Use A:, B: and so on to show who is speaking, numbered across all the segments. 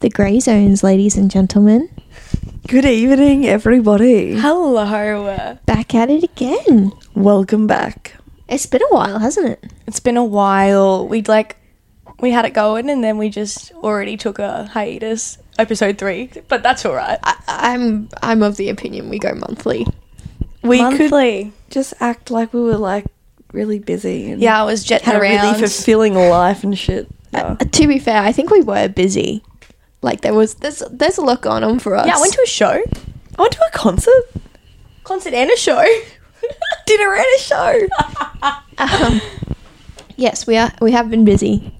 A: the grey zones, ladies and gentlemen.
B: Good evening, everybody.
C: Hello.
A: Back at it again.
B: Welcome back.
A: It's been a while, hasn't it?
C: It's been a while. We'd like we had it going and then we just already took a hiatus. Episode three, but that's all right.
A: I, I'm I'm of the opinion we go monthly. Uh,
B: We could
C: Monthly.
B: just act like we were like really busy and
C: yeah, I was jetting
B: had a really
C: around.
B: fulfilling life and shit. Yeah.
A: Uh, to be fair, I think we were busy. Like there was there's there's a lot going on for us.
C: yeah, I went to a show,
B: I went to a concert.
C: concert, and a show.
B: Dinner and a show.
A: Um, yes, we are. We have been busy.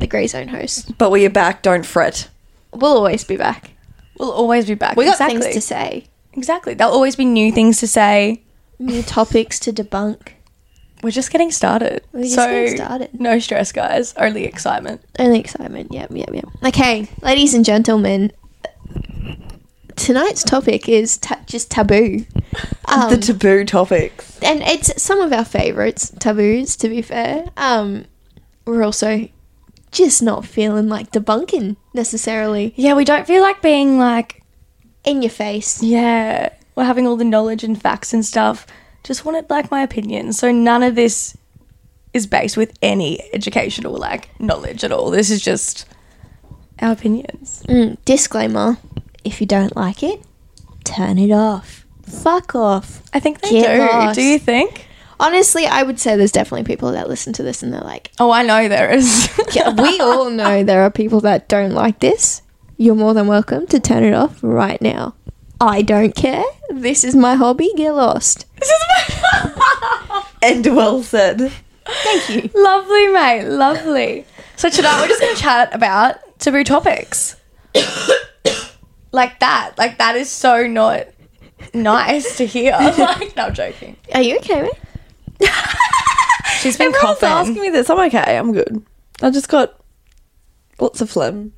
A: The grey zone host.
B: but we are back. Don't fret.
A: We'll always be back.
C: We'll always be back.
A: We got
C: exactly.
A: things to say,
C: Exactly. There'll always be new things to say.
A: new topics to debunk.
C: We're just getting started.
A: We're just
C: so
A: getting started.
C: no stress, guys. Only excitement.
A: Only excitement. Yep, yep, yep. Okay, ladies and gentlemen, tonight's topic is ta- just taboo. Um,
B: the taboo topics.
A: and it's some of our favourites, taboos, to be fair. Um, we're also just not feeling like debunking necessarily
C: Yeah, we don't feel like being like
A: in your face.
C: Yeah, we're having all the knowledge and facts and stuff. Just wanted like my opinion. So none of this is based with any educational like knowledge at all. This is just our opinions.
A: Mm, disclaimer if you don't like it, turn it off. Fuck off.
C: I think they
A: Get
C: do.
A: lost.
C: Do you think?
A: Honestly, I would say there's definitely people that listen to this and they're like,
C: Oh, I know there is.
A: Yeah, we all know there are people that don't like this. You're more than welcome to turn it off right now. I don't care. This is my hobby. Get lost.
C: this is my
B: And well said.
A: Thank you.
C: lovely, mate. Lovely. So tonight we're just going to chat about taboo topics. like that. Like that is so not nice to hear. Like, no, I'm joking.
A: Are you okay, mate?
C: She's been
B: Everyone's
C: coughing.
B: asking me this. I'm okay. I'm good. I just got lots of phlegm.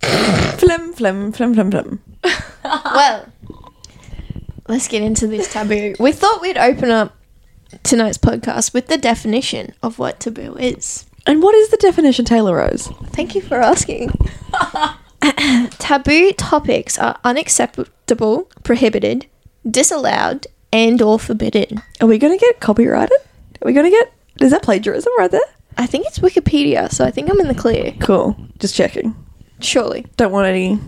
B: phlegm, phlegm, phlegm, phlegm, phlegm.
A: Well, let's get into this taboo. We thought we'd open up tonight's podcast with the definition of what taboo is.
B: And what is the definition, Taylor Rose?
A: Thank you for asking. Taboo topics are unacceptable, prohibited, disallowed, and or forbidden.
B: Are we going to get copyrighted? Are we going to get. Is that plagiarism right there?
A: I think it's Wikipedia, so I think I'm in the clear.
B: Cool. Just checking.
A: Surely.
B: Don't want any.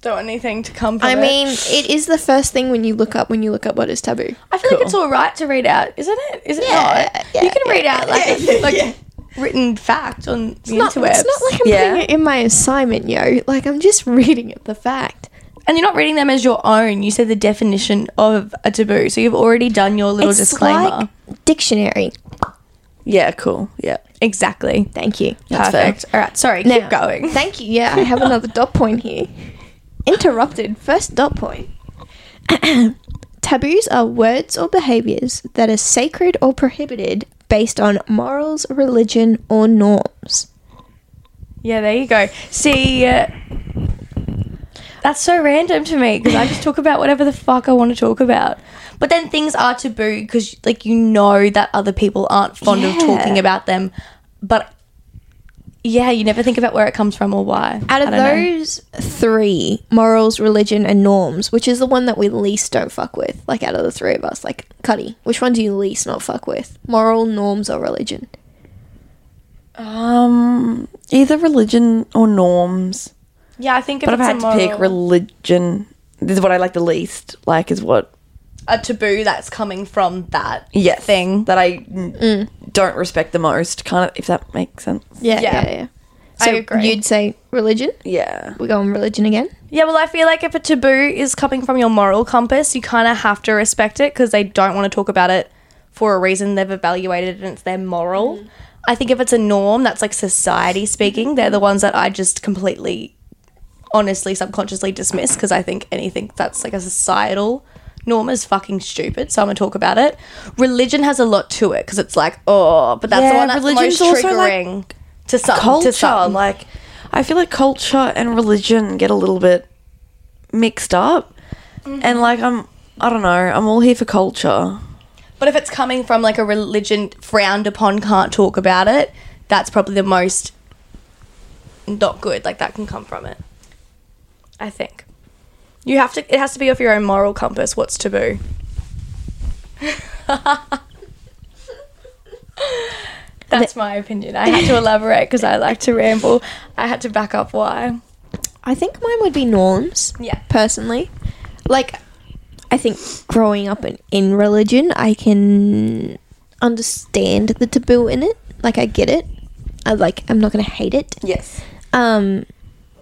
C: Don't want anything to come from
A: I
C: it.
A: mean, it is the first thing when you look up when you look up what is taboo.
C: I feel like it's all right to read out, isn't it? Is it
A: Yeah,
C: not?
A: yeah,
C: you can read out like a-
B: yeah,
C: like
B: yeah.
C: written fact on the
A: Not, it's not
C: interwebs,
A: like I'm
B: Yeah.
A: putting it in my assignment, yo. Like I'm just reading it the fact.
C: and you're not reading them as your own. You said the definition of a taboo, so you've already done your little
A: it's
C: disclaimer.
A: like dictionary.
B: Yeah, cool. Yeah.
C: exactly.
A: Thank you.
C: Perfect. All right. Sorry.
A: Now-
C: keep going.
A: Thank you. Yeah, I have another dot point here. Interrupted. First dot point. Taboos are words or behaviors that are sacred or prohibited based on morals, religion, or norms.
C: Yeah. There you go. See. Uh, that's so random to me because I just talk about whatever the fuck I want to talk about. But then things are taboo because, like, you know that other people aren't fond of
A: Yeah.
C: talking about them. But yeah, you never think about where it comes from or why.
A: Out of
C: I don't know.
A: those three, morals, religion, and norms, which is the one that we least don't fuck with? Like out of the three of us, like Cuddy, which one do you least not fuck with? Moral, norms, or religion?
B: Um, either religion or norms.
C: yeah, I think if
B: But if
C: it's
B: I had
C: a
B: to pick
C: moral-
B: religion, this is what I like the least. Like, is what
C: a taboo that's coming from that
B: yes
C: thing.
B: that I mm, don't respect the most. Kind of, if that makes sense.
A: Yeah, yeah,
C: Yeah.
A: yeah.
C: I agree.
A: You'd say religion?
B: Yeah.
A: We go on religion again?
C: yeah, well, I feel like if a taboo is coming from your moral compass, you kind of have to respect it because they don't want to talk about it for a reason they've evaluated and it's their moral.
B: Mm.
C: I think if it's a norm that's like society speaking, they're the ones that I just completely, honestly, subconsciously dismiss because I think anything that's like a societal norm is fucking stupid. So I'm gonna talk about it. Religion has a lot to it because it's like, oh, but that's the
B: Yeah,
C: one that's the
B: religion's
C: most
B: also, like,
C: triggering to some.
B: Culture,
C: to some.
B: like, I feel like culture and religion get a little bit mixed up,
C: Mm-hmm.
B: and like I'm, I don't know, I'm all here for culture.
C: But if it's coming from like a religion frowned upon, can't talk about it, that's probably the most not good. Like that can come from it. I think. You have to it has to be off your own moral compass what's taboo. That's my opinion. I had to elaborate because I like to ramble. I had to back up why.
A: I think mine would be norms.
C: Yeah.
A: personally. Like, I think growing up in, in religion, I can understand the taboo in it. Like, I get it. I like. I'm not gonna hate it.
C: Yes.
A: Um,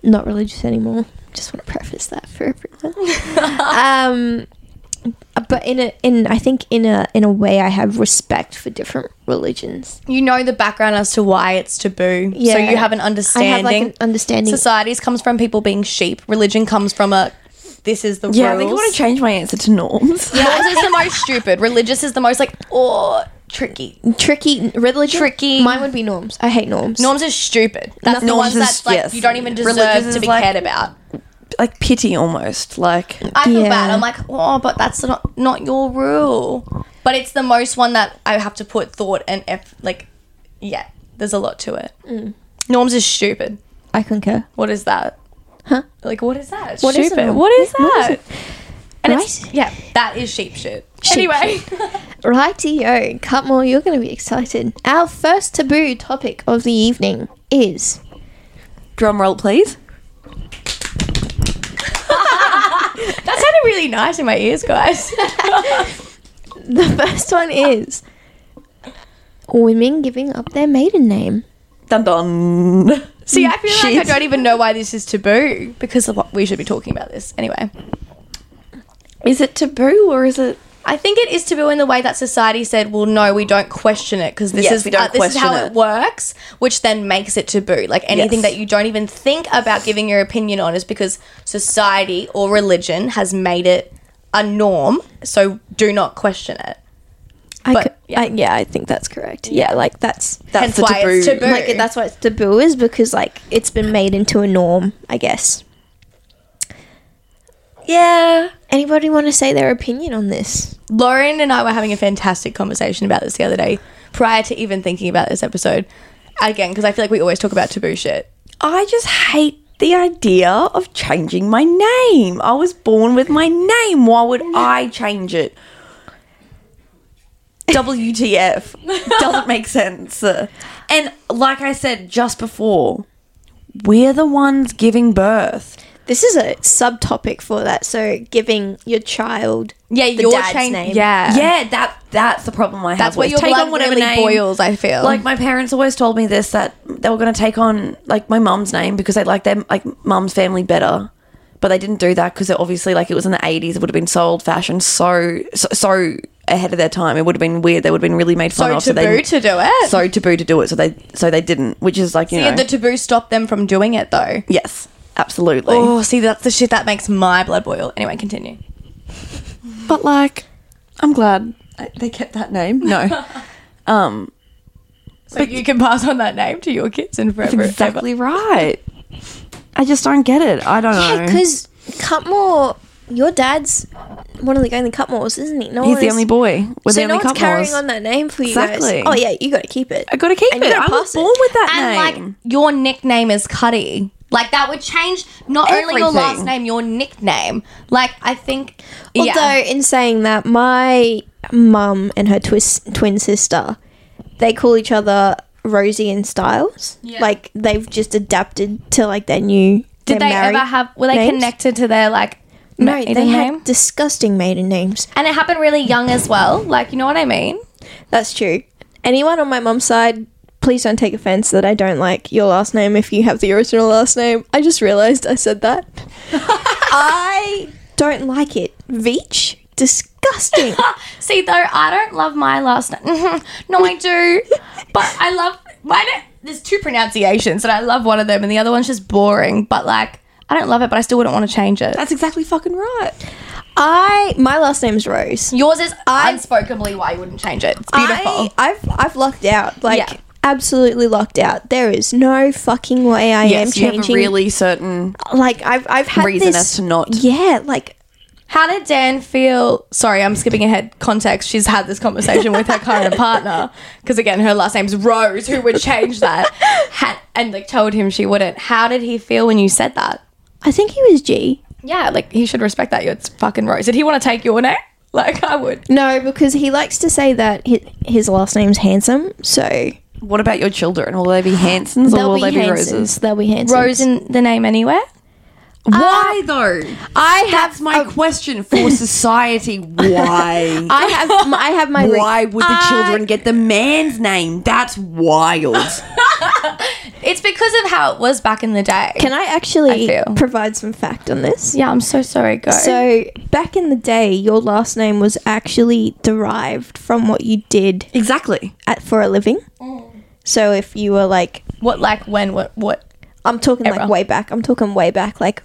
A: not religious anymore. Just want to preface that for everyone. um, but in a in I think in a in a way, I have respect for different religions.
C: You know the background as to why it's taboo. So you have an understanding.
A: I have like an understanding.
C: Societies comes from people being sheep. Religion comes from a this is the
B: Yeah,
C: rules.
B: I think I want to change my answer to norms.
C: Yours is the most stupid. Religious is the most like oh tricky.
A: tricky religion.
C: Tricky.
A: Mine would be norms. I hate norms.
C: Norms is stupid. That's the
B: Norms
C: ones
B: is-
C: that's like
B: yes.
C: you don't even deserve
B: Religious
C: to
B: is
C: be
B: like-
C: cared about.
B: Like pity almost. Like
C: I feel
A: Yeah.
C: bad. I'm like oh, but that's not not your rule. But it's the most one that I have to put thought and eff- like yeah. There's a lot to it.
B: Mm.
C: Norms is stupid.
A: I concur.
C: What is that?
A: Huh?
C: Like what is that? It's
A: What is a
C: stupid.
A: norm?
C: what is
A: What is
C: that?
A: it?
C: and
A: Right?
C: it's yeah, that is sheep shit.
A: Sheep
C: anyway.
A: Rightio, Cutmore, you're going to be excited. Our first taboo topic of the evening is
B: drum roll, please.
C: That sounded really nice in my ears, guys.
A: the first one is women giving up their maiden name.
B: Dun dun.
C: See, I feel like
B: Shit.
C: I don't even know why this is taboo because of what we should be talking about this. Anyway,
B: Is it taboo or is it?
C: I think it is taboo in the way that society said, well, no, we don't question it because this
B: Yes,
C: is
B: we don't
C: uh, this is how
B: question
C: it.
B: it.
C: works, which then makes it taboo. Like anything
B: Yes.
C: that you don't even think about giving your opinion on is because society or religion has made it a norm, so do not question it.
A: I
C: But,
A: co-
C: yeah.
A: I, yeah, I think that's correct. Yeah, like that's
B: That's
C: Hence
B: the
C: why
B: taboo.
C: it's taboo.
A: like that's what taboo is because like it's been made into a norm, I guess.
B: Yeah.
A: Anybody want to say their opinion on this?
C: Lauren and I were having a fantastic conversation about this the other day prior to even thinking about this episode. Again, because I feel like we always talk about taboo shit.
B: I just hate the idea of changing my name. I was born with my name. Why would I change it? WTF. Doesn't make sense. And like I said just before, we're the ones giving birth.
A: This is a subtopic for that. So giving your child
C: Yeah,
A: the
C: your
A: dad's
C: change-
A: name.
C: Yeah.
B: Yeah, that that's the problem I have.
C: That's where
B: with.
C: your blood really boils, I feel.
B: Like my parents always told me this that they were going to take on like my mum's name because they liked their like mum's family better, but they didn't do that because obviously like it was in the eighties, it would have been so old fashioned, so, so so ahead of their time. It would have been weird. They would have been really made fun
C: so
B: of.
C: taboo
B: they,
C: to do it.
B: so taboo to do it. So they so they didn't, which is like you
C: yeah,
B: know
C: the taboo stopped them from doing it though.
B: yes, absolutely.
C: Oh, see, that's the shit that makes my blood boil. Anyway, continue.
B: But like, I'm glad I- they kept that name. No, um,
C: So you can pass on that name to your kids and forever.
B: that's exactly right. I just don't get it. I don't know.
A: Yeah, because Cutmore, your dad's one of the only Cutmores, isn't he? No
B: He's
A: one
B: the
A: is-
B: only boy. We're
A: so
B: the
A: no
B: only
A: one's
B: Cutmores.
A: carrying on that name for you
B: Exactly.
A: guys. Oh yeah, you got to keep it.
B: I gotta keep
A: And you
B: it.
A: gotta
B: I was
A: pass it.
B: born with that
C: And
B: name.
C: like your nickname is Cuddy. Like that would change not only your last
B: Everything.
C: name, your nickname. Like I think
A: Although, in saying that, my mum and her twis- twin sister, they call each other Rosie and Styles.
C: Yeah.
A: Like they've just adapted to like their new.
C: Did
A: their
C: they ever
A: married
C: have? Were they
A: names.
C: connected to their like?
A: No,
C: maiden
A: they
C: name?
A: had disgusting maiden names.
C: and it happened really young as well. Like you know what I mean?
A: That's true. Anyone on my mum's side, please don't take offense that I don't like your last name if you have the original last name. I just realized I said that. I don't like it. Veach? Disgusting.
C: See, though, I don't love my last name. no, I do, but I love. Why don't? There's two pronunciations, and I love one of them, and the other one's just boring. But like, I don't love it, but I still wouldn't want to change it.
B: That's exactly fucking right.
A: I my last name's Rose.
C: Yours is unspokenly why you wouldn't change it. It's beautiful.
A: I, I've I've lucked out. Like
C: Yeah.
A: absolutely lucked out. There is no fucking way I am
B: Yes, you have a
A: changing.
B: really certain
A: like I've I've had
B: reason
A: this,
B: as to not.
A: Yeah, like
C: How did Dan feel? Sorry, I'm skipping ahead. Context: She's had this conversation with her current partner because again, her last name's Rose, who would change that, had, and like told him she wouldn't. How did he feel when you said that?
A: I think he was G.
C: Yeah, like he should respect that. It's fucking Rose. Did he want to take your name? Like I would.
A: No, because he likes to say that his, his last name's handsome, so
B: What about your children? Will they be Hansons or will they be
A: Hansons.
B: Roses?
A: They'll be Hansons.
D: Rose in the name anywhere?
B: Why though?
A: Uh, I
B: That's
A: have
B: my question for society. Why?
A: I have my, I have my re-
B: Why would the children get the man's name? That's wild.
C: It's because of how it was back in the day.
A: Can I actually
C: I feel.
A: provide some fact on this?
C: yeah, I'm so sorry, guys.
A: So back in the day, your last name was actually derived from what you did
B: exactly.
A: at, for a living.
C: Mm.
A: So if you were like,
C: what, like, when, what, what?
A: I'm talking like
C: Era.
A: way back. I'm talking way back, like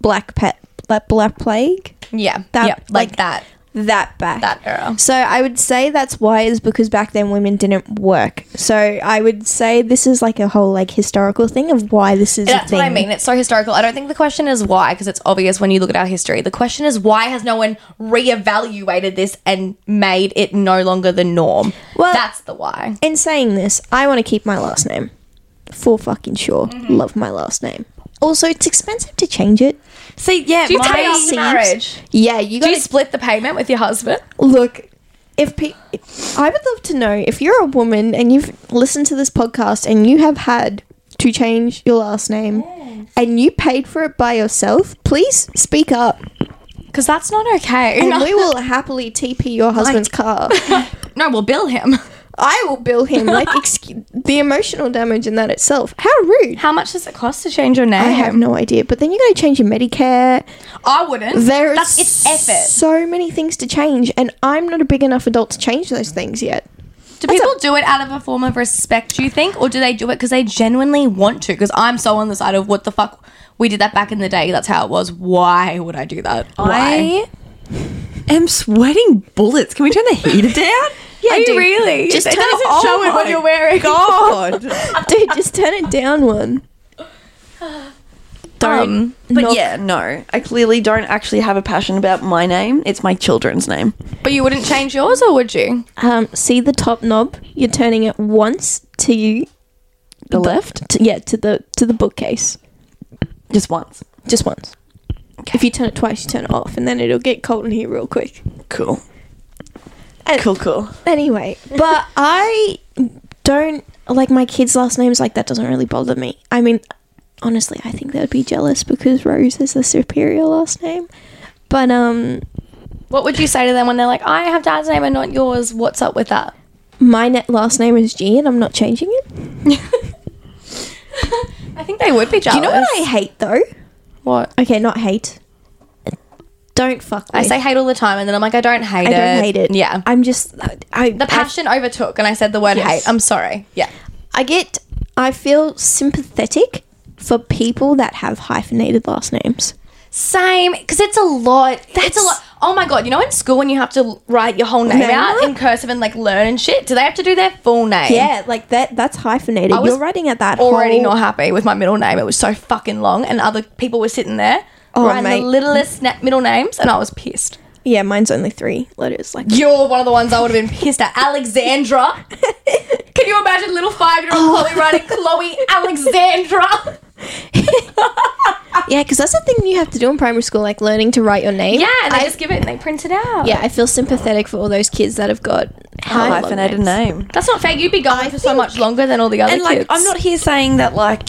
A: black pet, like black plague,
C: Yeah,
A: That-
C: yeah, like,
A: like-
C: that,
A: that back.
C: that era.
A: So I would say that's why is because back then women didn't work. So I would say this is like a whole like historical thing of why this is. a
C: That's
A: thing.
C: what I mean. It's so historical. I don't think the question is why, because it's obvious when you look at our history. The question is why has no one reevaluated this and made it no longer the norm?
A: Well-
C: that's the why.
A: In saying this, I want to keep my last name for fucking sure.
C: Mm-hmm.
A: Love my last name. Also, it's expensive to change it.
B: See, yeah,
C: Do you
B: my-
C: take out the
A: seems-
C: marriage?
A: Yeah, you
C: Do you
A: gotta
C: split the payment with your husband?
A: look. If pe- I would love to know if you're a woman and you've listened to this podcast and you have had to change your last name and you paid for it by yourself, please speak up
C: Because that's not okay.
A: and
C: No.
A: we will happily TP your husband's car.
C: no, we'll bill him.
A: I will bill him. Like excuse- the emotional damage in that itself. How rude.
D: How much does it cost to change your name?
A: I have no idea. But then you got to change your Medicare.
C: I wouldn't.
A: There is
C: That's- it's effort.
A: so many things to change, and I'm not a big enough adult to change those things yet.
C: Do people do it out of a form of respect, do you think? Or do they do it because they genuinely want to? Because I'm so on the side of what the fuck. We did that back in the day. That's how it was. Why would I do that? Why?
B: I am sweating bullets. Can we turn the heater down?
A: Yeah,
C: Are you
A: dude. Oh
C: really?
A: Just
C: It
A: turn
C: doesn't
A: it-
C: show it
B: my
C: when you're wearing.
B: God.
A: Dude, just turn it down one.
C: Um,
B: But yeah, no. I clearly don't actually have a passion about my name. It's my children's name.
C: but you wouldn't change yours, or would you?
A: Um, see the top knob? You're turning it once to you.
B: The left?
A: To, yeah, to the to the bookcase,
B: Just once.
A: just once. If you turn it twice, you turn it off, and then it'll get cold in here real quick.
B: Cool.
A: And-
B: cool, cool.
A: Anyway, but I don't like my kids' last names. Like that doesn't really bother me. I mean, honestly, I think they would be jealous because Rose is the superior last name. But um,
C: What would you say to them when they're like, "I have dad's name and not yours. What's up with that?"
A: my net last name is G, and I'm not changing it.
C: I think they would be jealous.
A: Do you know what I hate though?
C: What?
A: Okay, not hate. Don't fuck. With.
C: I say hate all the time, and then I'm like, I don't hate
A: I
C: it.
A: don't hate it.
C: Yeah.
A: I'm just I
C: the passion overtook, and I said the word hate. I'm sorry. Yeah.
A: I, I get. I feel sympathetic for people that have hyphenated last names.
C: Same, because it's a lot. it's a
A: That's-
C: lot. Oh my god! You know, in school when you have to write your whole name
A: Name
C: out
A: out?
C: in cursive and like learn and shit, do they have to do their full name?
A: Yeah, like that. That's hyphenated.
C: I was
A: You're writing at that
C: Already
A: whole-
C: not happy with my middle name. It was so fucking long, and other people were sitting there
A: Oh,
C: writing
A: mate.
C: the littlest na- middle names, and I was pissed.
A: Yeah, mine's only three letters. Like
C: You're one of the ones I would have been pissed at. Alexandra. Oh. Can you imagine little five year old Chloe writing Chloe Alexandra?
A: yeah, because that's the thing you have to do in primary school, like learning to write your name.
C: Yeah, and they
A: I,
C: just give it and they print it out.
A: yeah, I feel sympathetic for all those kids that have got
B: I
A: high
B: hyphenated name.
C: That's not fair. You'd be going
A: I
C: for so much longer than all the other
B: And like,
C: kids.
B: I'm not here saying that like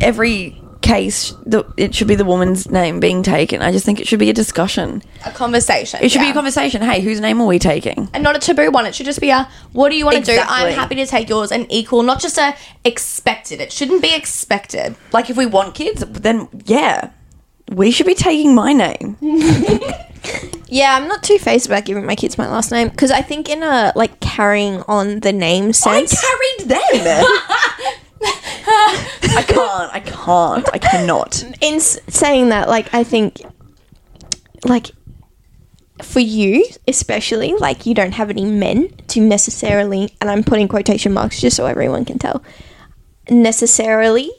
B: every case the, it should be the woman's name being taken. I just think it should be a discussion.
C: a conversation.
B: It should be
C: yeah.
B: a conversation. Hey, whose name are we taking?
C: and not a taboo one. It should just be a what do you want to do?
B: Exactly.
C: I'm happy to take yours and equal, not just a expected. It shouldn't be expected.
B: Like, if we want kids, then yeah, we should be taking my name.
A: Yeah, I'm not too phased about giving my kids my last name because I think in a like carrying on the name sense.
B: carried them. I can't. I can't. I cannot.
A: in s- saying that, like I think, like for you especially, like you don't have any men to necessarily, and I'm putting quotation marks just so everyone can tell, necessarily,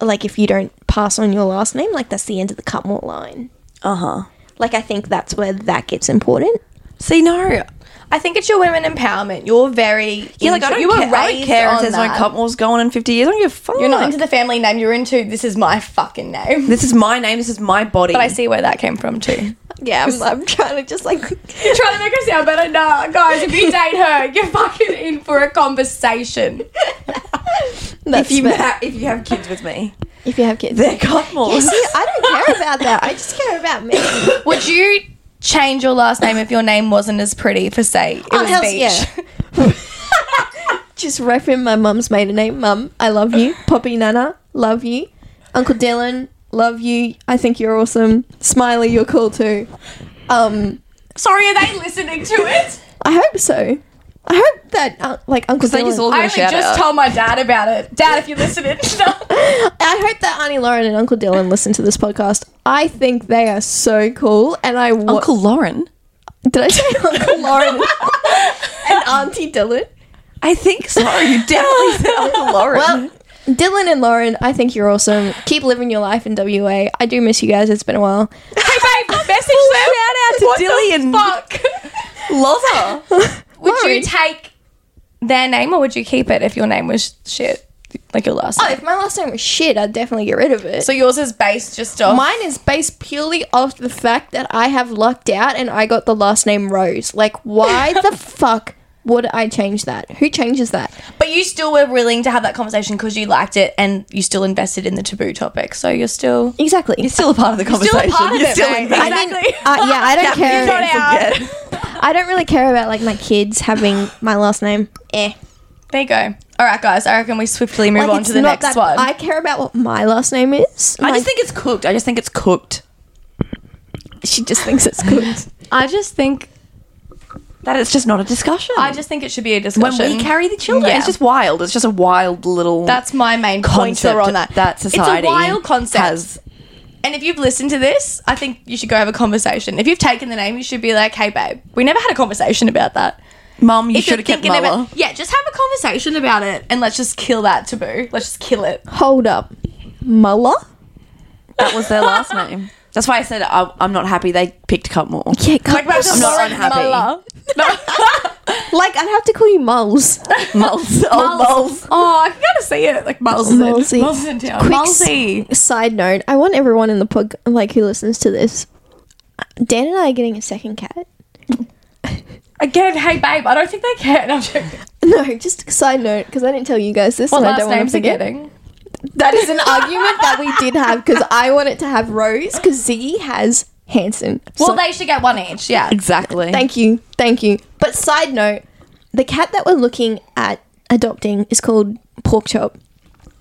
A: like if you don't pass on your last name, like that's the end of the Cutmore line.
B: Uh huh.
A: Like I think that's where that gets important.
B: See, no.
C: I think it's your women empowerment. You're very
B: Yeah, like I
C: into-
B: don't
C: you
B: care.
C: were
B: I
C: raised
B: don't care if
C: on
B: there's no
C: that.
B: cop wars going in 50 years. I don't give a fuck.
C: You're not into the family name. You're into this is my fucking name.
B: This is my name. This is my body.
C: But I see where that came from too.
A: Yeah, I'm, I'm trying to just like.
E: Trying to make her sound better? Nah, guys, if you date her, you're fucking in for a conversation.
A: That's
B: if you
A: fair.
B: ha- if you have kids with me,
A: if you have kids,
B: they're cop wars.
A: See, I don't care about that. I just care about me.
C: Would you change your last name if your name wasn't as pretty? For say, it was
A: hell's-
C: Beach.
A: yeah. Just referring my mum's maiden name. Mum, I love you. Poppy Nana, love you. Uncle Dylan, love you. I think you're awesome. Smiley, you're cool too. Um,
E: Sorry, are they listening to it?
A: I hope so. I hope that uh, like Uncle
B: they
A: Dylan.
B: just all give
E: I
B: a
E: only
B: shout
E: just
B: out.
E: told my dad about it. Dad, if you're listening,
A: I hope that Auntie Lauren and Uncle Dylan listen to this podcast. I think they are so cool, and I wa-
B: Uncle Lauren.
A: did I say Uncle Lauren and Auntie Dylan?
B: I think so. You definitely said Uncle Lauren.
A: Well, Dylan and Lauren, I think you're awesome. Keep living your life in WA. I do miss you guys. It's been a while.
E: hey babe, message them.
B: shout out to Dillian
E: Fuck.
B: Loza.
C: Would
A: Laurie.
C: you take their name or would you keep it if your name was shit, like your last?
A: Oh,
C: name?
A: if my last name was shit, I'd definitely get rid of it.
C: So yours is based just off.
A: Mine is based purely off the fact that I have lucked out and I got the last name Rose. Like, why the fuck would I change that? Who changes that?
C: but you still were willing to have that conversation because you liked it and you still invested in the taboo topic. So you're still.
A: Exactly.
B: You're still a part of the conversation.
C: part of
B: You're
C: it,
B: still
C: mate.
B: in there.
A: I mean, uh, yeah, I don't care.
C: You're not out.
B: Forget.
A: I don't really care about like my kids having my last name. Eh.
C: There you go. All right, guys. I reckon we swiftly move
A: Like,
C: on
A: it's
C: to the
A: not
C: next
A: that-
C: one.
A: I care about what my last name is.
B: I
A: Like,
B: just think it's cooked. I just think it's cooked.
A: she just thinks it's good.
E: I just think
B: That it's just not a discussion.
C: I just think it should be a
B: when
C: discussion.
B: we carry the children,
C: Yeah.
B: it's just wild. It's just a wild little.
C: That's my main
B: concept
C: pointer on that.
B: That society
C: It's a wild concept.
B: Has.
C: And if you've listened to this, I think you should go have a conversation. If you've taken the name, you should be like, "Hey, babe, we never had a conversation about that."
B: Mum, you
C: If
B: should
C: you're
B: have kept
C: thinking
B: Muller.
C: about, yeah, just have a conversation about it, and let's just kill that taboo. Let's just kill it.
A: Hold up. Muller?
B: that was their last name. That's why I said I, I'm not happy they picked Cutmore.
A: Yeah, God,
C: Like,
B: I'm not unhappy.
A: like I'd have to call you Moles.
B: Mulls. Oh, Mulls.
C: Oh, I can kind of see it. Like Miles is
A: Mulsey.
C: in. Miles is in town.
A: Quick
C: Mulsey.
A: Side note, I want everyone in the pod like who listens to this. Dan and I are getting a second cat.
C: Again, hey babe, I don't think they can. I'm joking.
A: No, just a side note because I didn't tell you guys this,
C: What
A: and I
C: last
A: don't want to
C: names are
A: forget.
C: getting?
A: That is an argument that we did have because I wanted to have Rose because Z has Hanson.
C: Well, they should get one each. Yeah.
B: Exactly.
A: Thank you. Thank you. But side note, the cat that we're looking at adopting is called Pork Chop.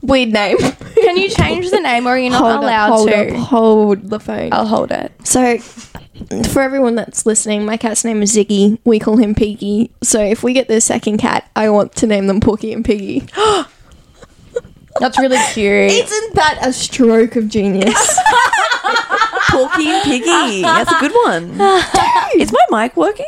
A: Weird name.
C: Can you change the name, or are you not
A: hold
C: allowed
A: up, hold
C: to?
A: up, hold the phone.
C: I'll hold it.
A: So, for everyone that's listening, my cat's name is Ziggy. We call him Piggy. So, if we get the second cat, I want to name them Porky and Piggy.
C: That's really cute.
A: Isn't that a stroke of genius?
B: Porky and Piggy. That's a good one. Is my mic working?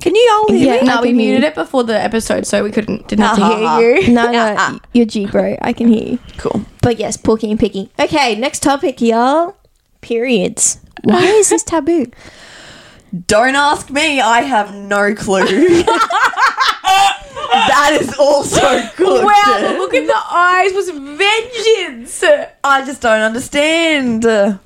B: Can you all hear
A: Yeah.
B: me?
A: I
C: No, we
A: can hear
C: muted
A: you.
C: it before the episode, so we couldn't didn't have to
B: Uh-huh.
C: hear you.
A: no, no, you're G, bro. I can hear you.
B: Cool.
A: But yes, Porky and Piggy. Okay, next topic, y'all. Periods. Why is this taboo?
B: Don't ask me. I have no clue. that is also good.
E: Wow, the look in the eyes was vengeance.
B: I just don't understand. I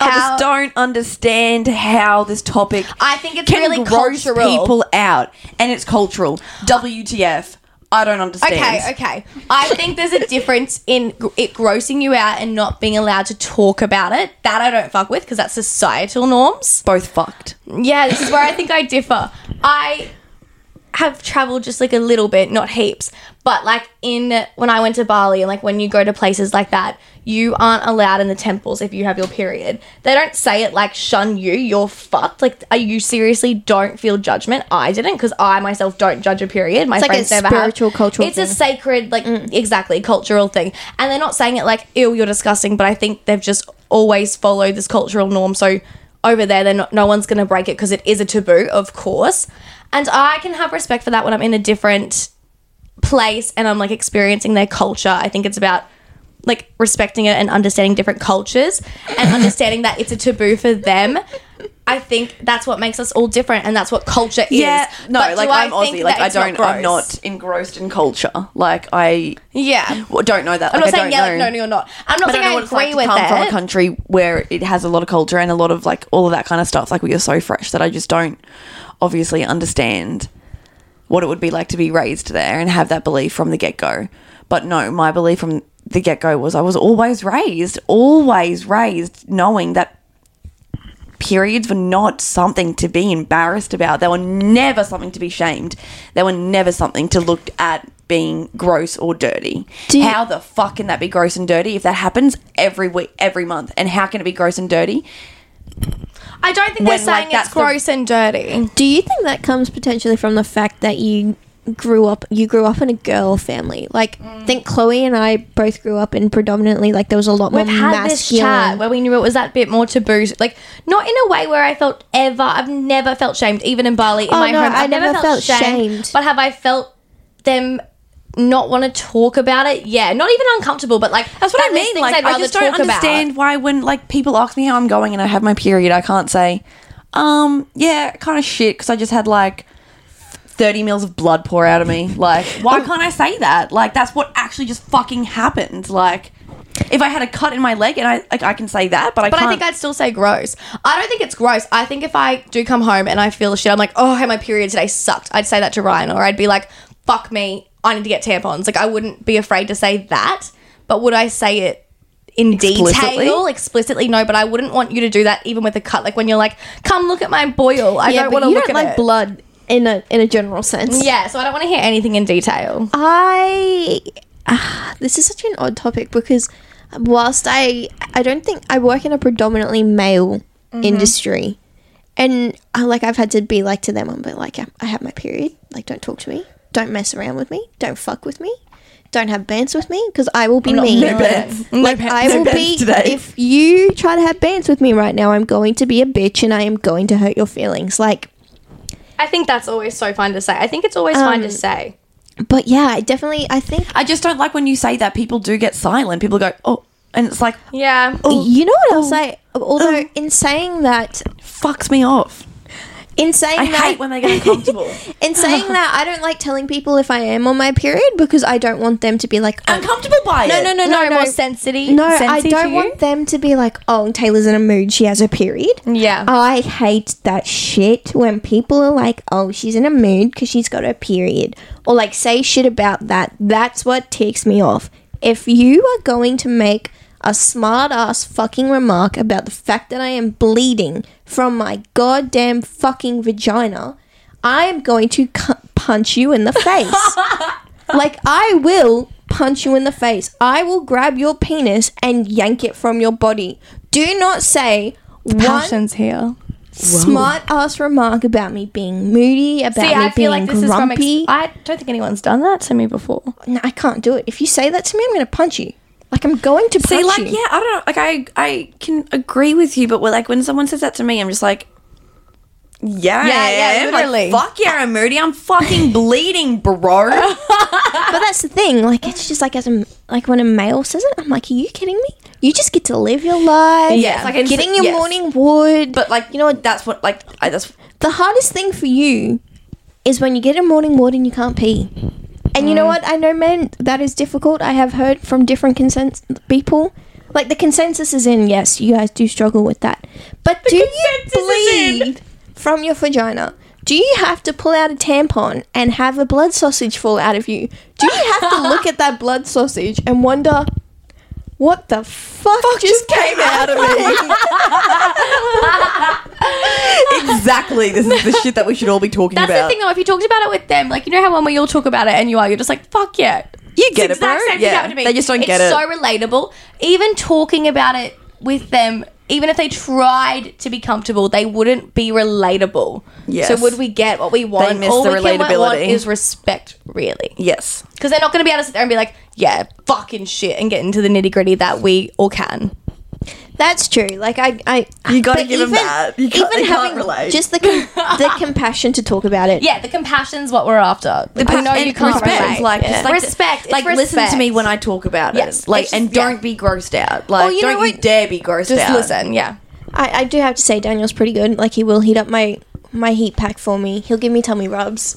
C: How-
B: just don't understand how this topic
C: I think it's
B: can
C: really
B: gross
C: cultural.
B: people out, and it's cultural. WTF? I don't understand.
C: Okay, okay. I think there's a difference in gr- it grossing you out and not being allowed to talk about it. That I don't fuck with because that's societal norms.
B: Both fucked.
C: Yeah, this is where I think I differ. I have traveled just like a little bit, not heaps, but like in when I went to Bali and like when you go to places like that, you aren't allowed in the temples if you have your period. They don't say it like shun you, you're fucked. Like, are you seriously don't feel judgment? I didn't because I myself don't judge a period. My
A: like a
C: friends never have.
A: spiritual, cultural
C: It's
A: thing.
C: a sacred, like
B: Mm.
C: exactly cultural thing, and they're not saying it like "ew, you're disgusting," but I think they've just always followed this cultural norm. So over there, they're not, no one's going to break it because it is a taboo, of course. And I can have respect for that when I'm in a different place and I'm like experiencing their culture. I think it's about like respecting it and understanding different cultures and understanding that it's a taboo for them. I I think that's what makes us all different, and that's what culture
B: Yeah,
C: is.
B: no,
C: But do
B: like
C: I
B: I'm
C: think
B: Aussie. Like
C: that
B: I
C: it's not
B: don't. I'm
C: gross?
B: not engrossed in culture. Like I
C: Yeah.
B: w- don't know that.
C: I'm
B: like,
C: not
B: I
C: saying
B: don't
C: yeah,
B: know.
C: like, no, no, you're not. I'm not
B: I don't
C: saying
B: know
C: I,
B: what it's like
C: agree
B: to
C: with
B: come
C: that.
B: from a country where it has a lot of culture and a lot of like all of that kind of stuff. Like we are so fresh that I just don't obviously understand what it would be like to be raised there and have that belief from the get go. But no, my belief from the get go was I was always raised, always raised knowing that periods were not something to be embarrassed about. They were never something to be shamed. They were never something to look at being gross or dirty.
A: Do you-
B: how the fuck can that be gross and dirty if that happens every week, every month? And how can it be gross and dirty?
C: I don't think
B: When,
C: they're
B: like,
C: saying
B: that's
C: it's
B: the-
C: gross and dirty.
A: Do you think that comes potentially from the fact that you grew up you grew up in a girl family? Like
C: Mm.
A: I think Chloe and I both grew up in predominantly like there was a lot more
C: We've had
A: masculine.
C: this chat where we knew it was that bit more taboo, like not in a way where I felt ever. I've never felt shamed, even in Bali, in
A: Oh,
C: my
A: no,
C: home.
A: I
C: I've never,
A: never
C: felt,
A: felt
C: shamed,
A: shamed.
C: but have I felt them not want to talk about it? Yeah, not even uncomfortable, but like
B: That's what
C: that
B: I
C: there's
B: mean.
C: things
B: Like
C: I'd
B: I
C: rather
B: just don't
C: talk about.
B: understand why when like people ask me how I'm going and I have my period, I can't say, um, yeah, kind of shit because I just had like. 30 mils of blood pour out of me. Like, why can't I say that? Like, that's what actually just fucking happened. Like, if I had a cut in my leg and I like, I can say that, but I
C: But
B: can't.
C: I think I'd still say gross. I don't think it's gross. I think if I do come home and I feel shit, I'm like, oh, I had my period today sucked. I'd say that to Ryan, or I'd be like, fuck me, I need to get tampons. Like I wouldn't be afraid to say that. But would I say it in
B: Explicitly?
C: detail explicitly? No, but I wouldn't want you to do that even with a cut. Like when you're like, come look at my boil. I
A: yeah,
C: don't
A: but
C: want to
A: you
C: look
A: don't
C: at
A: like
C: it.
A: blood in a in a general sense.
C: yeah, so I don't want to hear anything in detail.
A: I ah, this is such an odd topic because whilst I I don't think I work in a predominantly male industry, and I, like I've had to be like to them, I'm bit like I have my period, like don't talk to me, don't mess around with me, don't fuck with me, don't have bands with me because I will be mean.
B: bands.
A: Like I will
B: bands
A: be
B: today.
A: if you try to have bands with me right now, I'm going to be a bitch and I am going to hurt your feelings. Like
C: I think that's always so fun to say. I think it's always fun to say.
A: but yeah, I definitely I think
B: I just don't like when you say that. People do get silent. People go, oh, and it's like
C: Yeah.
B: Oh.
A: You know what else I? Although in saying that,
B: fucks me off.
A: in saying
B: I
A: that,
B: hate when they get uncomfortable.
A: in saying that, I don't like telling people if I am on my period because I don't want them to be like, oh,
B: uncomfortable by
A: no,
B: it.
A: no, no, no, no,
C: more sensitive.
A: no. I don't want them to be like, oh, Taylor's in a mood. She has her period.
C: Yeah.
A: I hate that shit when people are like, oh, she's in a mood because she's got her period, or like say shit about that. That's what takes me off. If you are going to make a smart ass fucking remark about the fact that I am bleeding from my goddamn fucking vagina, I am going to cu- punch you in the face. like, I will punch you in the face. I will grab your penis and yank it from your body. Do not say, one
C: here.
A: smart ass remark about me being moody, about
C: See,
A: me
C: I
A: being
C: feel like this
A: grumpy.
C: is from. Ex- I don't think anyone's done that to me before.
A: no, I can't do it. If you say that to me, I'm going to punch you. Like I'm going to punch
B: See, like,
A: you.
B: yeah, I don't know. Like, I, I can agree with you, but well, like, when someone says that to me, I'm just like, yeah,
C: Yeah, yeah,
B: I am. Like,
C: literally.
B: fuck yeah, I'm moody. I'm fucking bleeding, bro.
A: But that's the thing. Like it's just like as a like when a male says it, I'm like, are you kidding me? You just get to live your life.
B: Yeah, it's like it's-
A: getting your
B: yes.
A: morning wood.
B: but like, you know what? That's what like I, that's
A: the hardest thing for you is when you get a morning wood and you can't pee. And you know what? I know men that is difficult. I have heard from different consens people. Like the consensus is in, yes, you guys do struggle with that. But do you bleed from your vagina? Do you have to pull out a tampon and have a blood sausage fall out of you? Do you have to look at that blood sausage and wonder what the fuck, just came out of me?
B: exactly this is the shit that we should all be talking
C: That's the thing, though. If you talked about it with them, like you know how when we all talk about it and you are, you're just like, "Fuck yeah."
B: you get
C: It's
B: it,
C: the
B: bro.
C: exact same thing
B: Yeah,
C: happened to me.
B: they just don't
C: it's
B: get it.
C: So relatable. Even talking about it with them, even if they tried to be comfortable, they wouldn't be relatable.
B: Yes.
C: So would we get what we want?
B: miss
C: All
B: the
C: we can want
B: relatability.
C: is respect, really.
B: yes,
C: Because they're not going to be able to sit there and be like, "Yeah, fucking shit," and get into the nitty gritty that we all can.
A: That's true. Like I, I
B: You gotta
A: but
B: give 'em that. You can't- they can't relate.
A: just the com- the compassion to talk about it.
C: Yeah, the compassion's what we're after. The
B: I know you can't respect,
C: relate.
B: like,
C: Yeah.
B: just like
C: respect,
B: like listen to me when I talk about
C: Yes,
B: it, like,
C: it's just-
B: and
C: yeah. Oh,
B: don't be grossed out. Like,
C: you know
B: don't you
C: what?
B: dare be grossed
C: just
B: out.
C: listen. Yeah,
A: I, I do have to say Daniel's pretty good. Like he will heat up my my heat pack for me. He'll give me tummy rubs.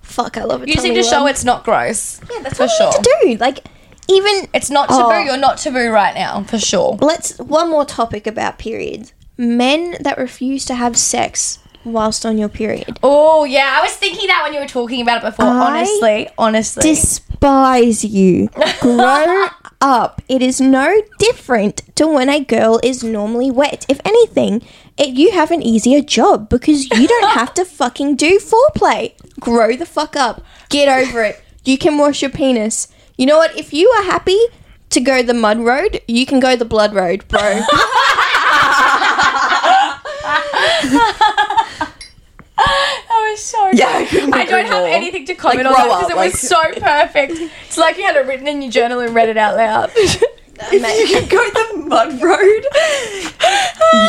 A: Fuck, I love it.
C: You just need to show it's not gross. Yeah, that's for sure.
A: to do. Like even
C: It's not taboo.
A: Oh.
C: You're not taboo right now, for sure.
A: let's one more topic about periods. Men that refuse to have sex whilst on your period.
C: Oh yeah, I was thinking that when you were talking about it before.
A: I
C: honestly, honestly,
A: Despise you. Grow up. It is no different to when a girl is normally wet. If anything, it, you have an easier job because you don't have to fucking do foreplay. Grow the fuck up. Get over it. You can wash your penis. You know what? If you are happy to go the mud road, you can go the blood road, bro.
C: that was so.
B: Yeah, I couldn't
C: I don't
B: agree
C: have
B: more.
C: anything to comment
B: Like,
C: on
B: grow
C: that because
B: up,
C: it
B: like-
C: was so perfect. it's like you had it written in your journal and read it out loud.
B: You can go the mud road.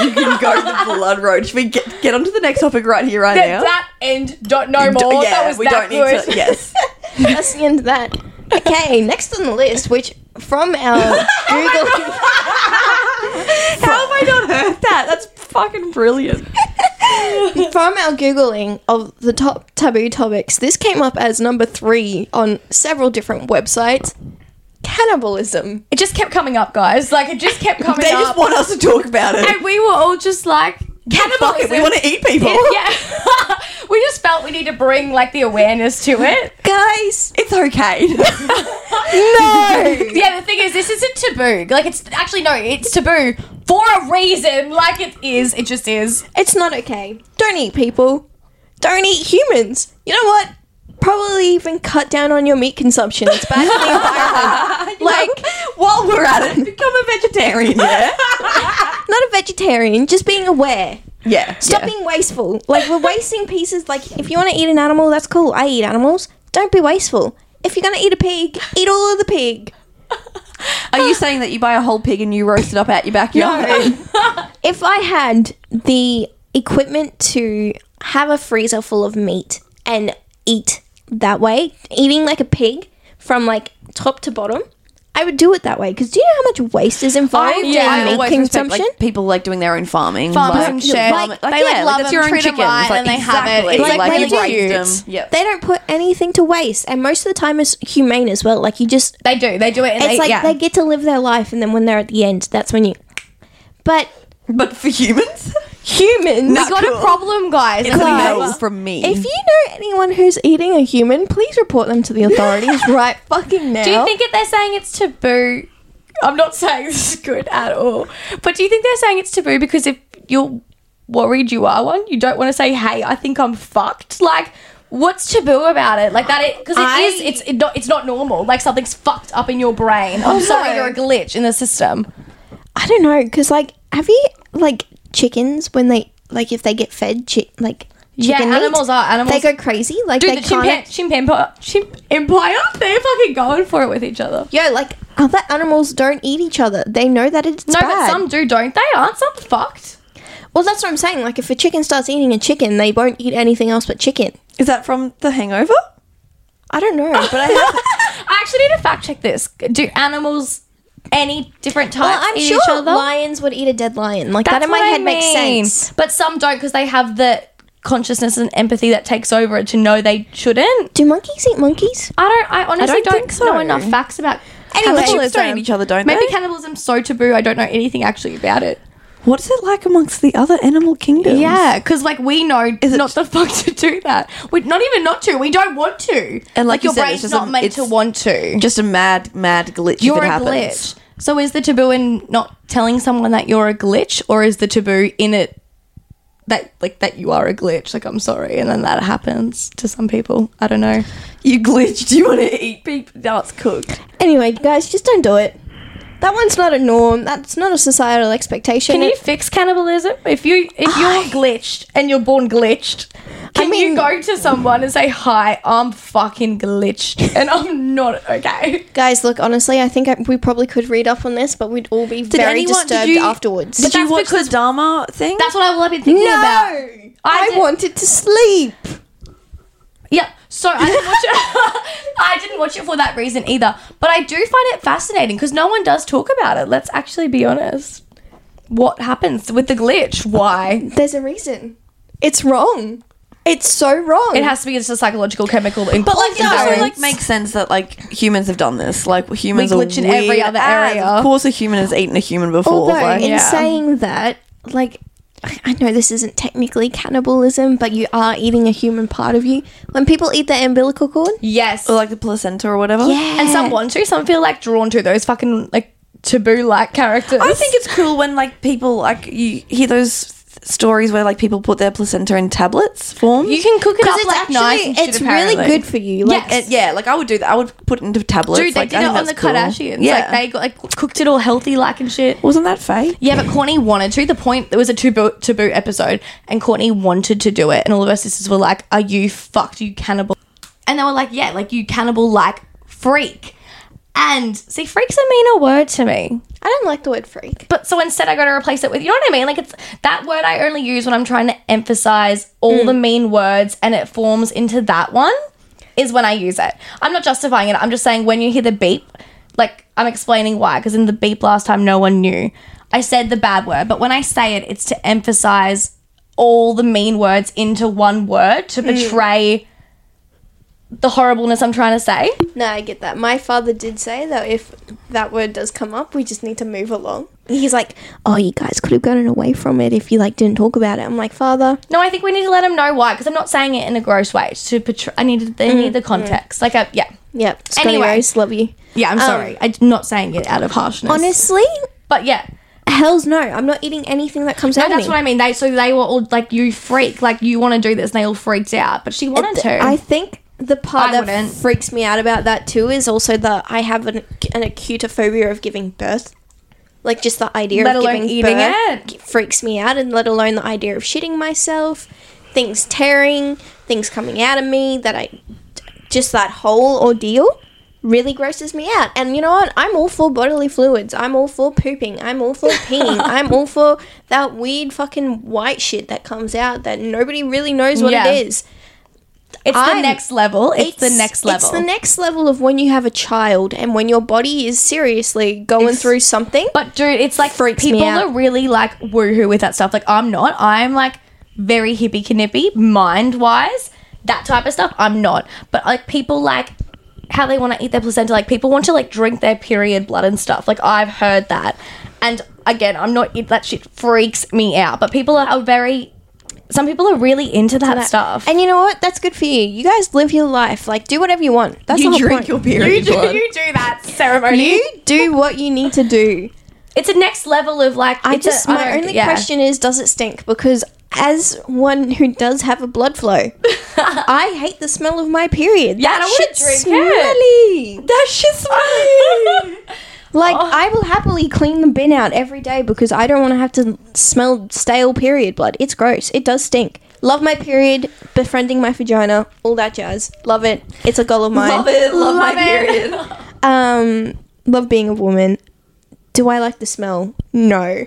B: you can go the blood road. Should we get get onto the next topic right here, right now?
C: that and don't know
B: D-
C: more. that was
B: we don't
C: that good.
B: need to. Yes.
A: That's the end of that. Okay, next on the list, which from our Google.
B: How have I not heard that? That's fucking brilliant.
A: From our googling of the top taboo topics, this came up as number three on several different websites. Cannibalism.
C: It just kept coming up, guys. Like it just kept coming
B: They
C: up.
B: just want us to talk about it.
C: and we were all just like
B: Fuck it,
C: cannibalism.
B: we want to eat people.
C: yeah. we just felt we need to bring like the awareness to it.
A: Guys,
B: It's okay.
A: no!
C: Yeah, the thing is, this isn't taboo. Like, it's actually no, it's taboo for a reason. Like, it is. It just is.
A: it's not okay. Don't eat people. Don't eat humans. You know what? Probably even cut down on your meat consumption. It's bad for the environment. like,
B: While we're at it, become a vegetarian. Yeah.
A: not a vegetarian, just being aware.
B: Yeah.
A: Stop being wasteful. Like we're wasting pieces. Like if you want to eat an animal, that's cool. I eat animals. Don't be wasteful. If you're gonna eat a pig, eat all of the pig.
B: Are you saying that you buy a whole pig and you roast it up out your backyard?
A: If I had the equipment to have a freezer full of meat and eat that way, eating like a pig from like top to bottom, I would do it that way. Because do you know how much waste is involved in
C: yeah,
A: meat
B: always respect,
A: consumption?
B: like, people like doing their own farming.
C: Farmers
B: like,
C: and shit.
B: farm-
C: Like, they, like, love
B: that's
C: them,
B: your own
C: treat 'em
B: chicken.
C: right,
B: It's like,
C: and they have
B: exactly.
C: it. It's
B: like,
A: like
B: you
A: really
B: raised
C: cute.
B: them. Yep.
A: they don't put anything to waste, and most of the time it's humane as well. Like you just
C: They do. They do it. And
A: It's
C: they,
A: like
C: yeah.
A: they get to live their life, and then when they're at the end, that's when you. But
B: but for humans,
A: humans,
B: Nah.
C: we got
B: cool.
C: a problem, guys.
B: it's a
A: Guys,
B: no from me.
A: if you know anyone who's eating a human, please report them to the authorities right fucking now.
C: do you think that they're saying it's taboo? I'm not saying this is good at all. But do you think they're saying it's taboo because if you're worried you are one, you don't want to say, "Hey, I think I'm fucked." Like. What's taboo about it? Like that, because it
A: I-
C: is. It's it not. It's not normal. Like something's fucked up in your brain.
A: Oh
C: I'm sorry, you're a glitch in the system.
A: I don't know, because like, have you like chickens when they like if they get fed chi- like
C: Yeah,
A: chicken meat,
C: animals are- animals-
A: They go crazy, like
C: Dude,
A: they
C: the
A: can't.
C: chimpan- chimp, chimp empire, they're fucking going for it with each other.
A: Yo, like other animals don't eat each other. They know that it's
C: No,
A: bad.
C: but some do, don't they? Aren't some fucked?
A: well, that's what I'm saying. Like, if a chicken starts eating a chicken, they won't eat anything else but chicken.
B: Is that from The Hangover?
A: I don't know, but I have
C: I actually need to fact check this. Do animals any different
A: Well,
C: types
A: I'm
C: eat
A: sure
C: each other?
A: lions would eat a dead lion. Like
C: That's
A: that in my
C: what I
A: head makes
C: mean.
A: sense.
C: But some don't because they have the consciousness and empathy that takes over it to know they shouldn't.
A: Do monkeys eat monkeys?
C: I don't. I honestly
B: don't
C: don't,
B: think so.
C: know enough facts about.
A: Anyway,
B: The
A: Well,
B: chicks
C: cannibalism.
B: don't eat each other, don't
C: Maybe
B: they?
C: cannibalism's so taboo. I don't know anything actually about it.
B: What's it like amongst the other animal kingdoms?
C: Yeah, because like we know
B: it-
C: not the fuck to do that. We not even not to. We don't want to.
B: And like you
C: your
B: said, it's
C: brain's
B: just
C: not
B: a-
C: meant
B: it's
C: to want to.
B: Just a mad, mad glitch.
C: You're
B: if it
C: a
B: happens.
C: glitch. So is the taboo in not telling someone that you're a glitch, or is the taboo in it that like that you are a glitch? Like I'm sorry, and then that happens to some people. I don't know.
B: You glitched. You want to eat people? No, it's cooked.
A: Anyway, guys, just don't do it. That one's not a norm. That's not a societal expectation.
C: Can you fix cannibalism if you if you're glitched and you're born glitched? Can
A: mean-
C: you go to someone and say hi? I'm fucking glitched and I'm not okay.
A: guys, look, honestly, I think I, we probably could read up on this, but we'd all be very
B: anyone- did
A: disturbed
B: you-
A: afterwards.
B: Did you
C: that's
B: watch
C: because-
B: the Dharma thing?
C: That's what I will be thinking about.
A: I,
C: did-
A: wanted to sleep.
C: Yeah. So I didn't watch it. I didn't watch it for that reason either. But I do find it fascinating because no one does talk about it. Let's actually be honest. what happens with the glitch? Why?
A: There's a reason. It's wrong. It's so wrong.
C: It has to be just a psychological chemical in-
B: But like, it also
A: balance.
B: like makes sense that like humans have done this. Like humans
C: We
B: are
C: glitch in every
B: weird
C: other
B: as-
C: area.
B: Of course, a human has eaten a human before.
A: Although,
B: like,
A: in
C: yeah.
A: saying that, like, I I know this isn't technically cannibalism, but you are eating a human part of you. When people eat their umbilical cord,
C: yes.
B: or like the placenta or whatever.
A: yeah,
C: and some want to, some feel like drawn to those fucking like taboo like characters.
B: I think it's cool when like people like you hear those th- stories where like people put their placenta in tablets form.
C: you can cook it
A: because
C: up
A: it's
C: like
A: actually
C: nice. and shit,
A: it's really
C: apparently.
A: good for you. Like,
B: Uh, yeah, like I would do that. I would put it into tablets.
C: Dude, they
B: like,
C: did
B: I
C: it
B: think
C: on the
B: that's cool.
C: Kardashians.
B: Yeah,
C: Like they got like cooked it all healthy like and shit.
B: wasn't that fake?
C: Yeah, but Courtney wanted to. The point there was a taboo, taboo episode, and Courtney wanted to do it, and all of her sisters were like, "Are you fucked? You cannibal?" And they were like, "Yeah, like you cannibal, like freak." And see, freak's a meaner word to me.
A: I don't like the word freak.
C: But so instead, I got to replace it with, you know what I mean? Like it's that word I only use when I'm trying to emphasize all the mean words, and it forms into that one is when I use it. I'm not justifying it. I'm just saying when you hear the beep, like I'm explaining why. Because in the beep last time, no one knew I said the bad word, but when I say it, it's to emphasize all the mean words into one word to betray the horribleness I'm trying to say.
A: No, I get that. My father did say that if that word does come up, we just need to move along. He's like, "Oh, you guys could have gotten away from it if you like didn't talk about it." I'm like, "Father,
C: No, I think we need to let them know why, because I'm not saying it in a gross way. It's to portray, I needed they need the context. Like, I, yeah,
A: yep, Scotty
C: Anyway.
A: Rose, love you."
C: yeah. I'm
A: Um,
C: sorry, I'm not saying it out of harshness.
A: Honestly,
C: but yeah,
A: hell's no. I'm not eating anything that comes out
C: no,
A: of me.
C: that's what I mean. They so they were all like, "You freak! Like you want to do this?" And they all freaked out, but she wanted
A: Th-
C: to.
A: I think the part
C: I
A: that
C: wouldn't.
A: freaks me out about that too is also that I have an, an acute phobia of giving birth. Like just the idea
C: Let
A: of
C: alone
A: giving
C: eating
A: birth freaks me out, and let alone the idea of shitting myself, things tearing, things coming out of me that I just that whole ordeal really grosses me out. And you know what? I'm all for bodily fluids. I'm all for pooping. I'm all for peeing. I'm all for that weird fucking white shit that comes out that nobody really knows what
C: Yeah.
A: it is
C: it's
A: I'm-
C: the next level. It's, the next level.
A: It's the next level of when you have a child and when your body is seriously going through something.
C: But dude, it's like
A: Freaks me
C: people
A: out.
C: are really like woohoo with that stuff. Like I'm not. I'm like very hippy knippy mind wise, that type of stuff. I'm not. But like people like how they want to eat their placenta. Like people want to like drink their period blood and stuff. Like I've heard that. And again, I'm not. It, that shit freaks me out. But people are, are very. Some people are really into that, stuff.
A: and you know what? That's good for you. You guys live your life. Like do whatever you want. That's the whole point.
B: period
C: you do that ceremony.
A: You do what you need to do.
C: it's a next level of like.
A: I
C: it's a-
A: just
C: I
A: my
C: don't-
A: only
C: yeah.
A: question is, does it stink? Because as one who does have a blood flow, I hate the smell of my period.
C: Yeah, I don't wanna
A: shit's
C: drink it.
A: smelly. That shit's smelly. like
C: Oh.
A: I will happily clean the bin out every day because I don't want to have to smell stale period blood. It's gross. It does stink. Love my period, befriending my vagina, all that jazz. Love it. It's a goal of mine.
B: Love it. Love, my
C: it.
B: period.
A: Um, love being a woman. Do I like the smell? No.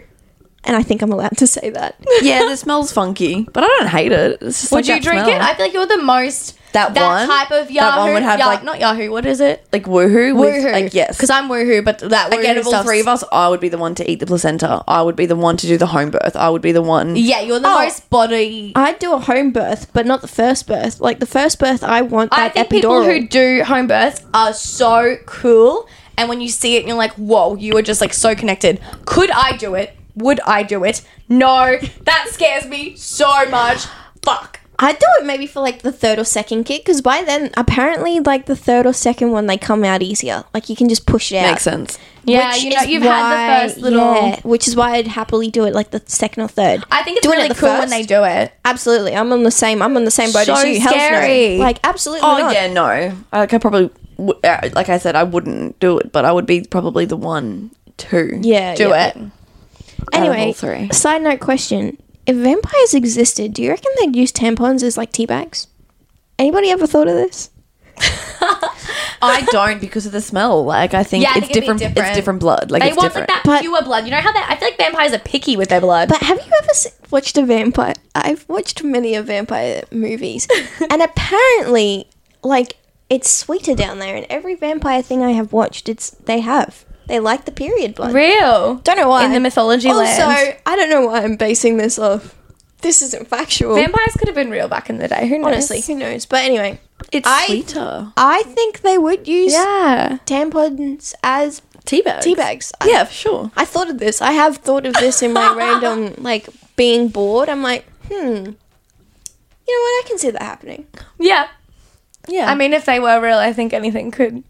A: And I think I'm allowed to say that.
B: yeah, the smell's funky, but I don't hate it. It's just like
C: Would you
B: that
C: drink
B: smell.
C: it? I feel like you're the most
B: That one?
C: type of Yahoo.
B: That one would have,
C: Ya-
B: like-
C: not Yahoo. What is it?
B: like woohoo? With,
C: Woohoo.
B: like yes.
C: because I'm woohoo, but that woohoo
B: again, of all
C: stuff's-
B: three of us, I would be the one to eat the placenta. I would be the one to do the home birth. I would be the one.
C: Yeah, you're the most body.
A: I'd do a home birth, but not the first birth. Like the first birth, I want
C: I
A: that
C: think people
A: epidural.
C: who do home births are so cool, and when you see it, you're like, "Whoa!" You are just like so connected. Could I do it? Would I do it? No, that scares me so much. Fuck.
A: I'd do it maybe for like the third or second kid, because by then, apparently, like the third or second one, they come out easier. Like you can just push it out.
B: Makes sense.
C: Yeah, you know,
A: is
C: you've had the first little.
A: which is why I'd happily do it like the second or third.
C: I think it's
A: Doing it
C: really
A: the
C: cool when
A: first?
C: they do it.
A: Absolutely, I'm on the same. I'm on the same boat
C: So
A: as you. Hell's no.
C: scary.
A: Like absolutely.
B: Oh
A: not.
B: yeah, no. Like I probably, w- uh, like I said, I wouldn't do it, but I would be probably the one to
A: Yeah,
B: do
A: yeah.
B: it. of all
A: Anyway,
B: three.
A: side note question: If vampires existed, do you reckon they'd use tampons as like tea bags? Anybody ever thought of this?
B: I don't because of the smell. Like I think
C: Yeah, I
B: it's
C: think it'd be
B: different,
C: different.
B: It's different blood. Like
C: They
B: it's
C: want
B: different.
C: like that
A: But-
C: pure blood. You know how that? I feel like vampires are picky with their blood.
A: But have you ever se- watched a vampire? I've watched many of vampire movies, and apparently, like it's sweeter down there. And every vampire thing I have watched, it's they have. They like the period blood.
C: Real.
A: Don't know why.
C: In the mythology
A: also,
C: land.
A: I don't know why I'm basing this off. This isn't factual.
C: Vampires could have been real back in the day. Who knows?
A: Honestly, who knows? But anyway,
B: It's
A: I-
B: sweeter.
A: I think they would use
C: Yeah.
A: tampons as
B: Tea bags.
A: tea bags. I-
B: Yeah, for sure.
A: I thought of this. I have thought of this in my random like being bored. I'm like, hmm. You know what? I can see that happening.
C: Yeah.
A: Yeah.
C: I mean, if they were real, I think anything could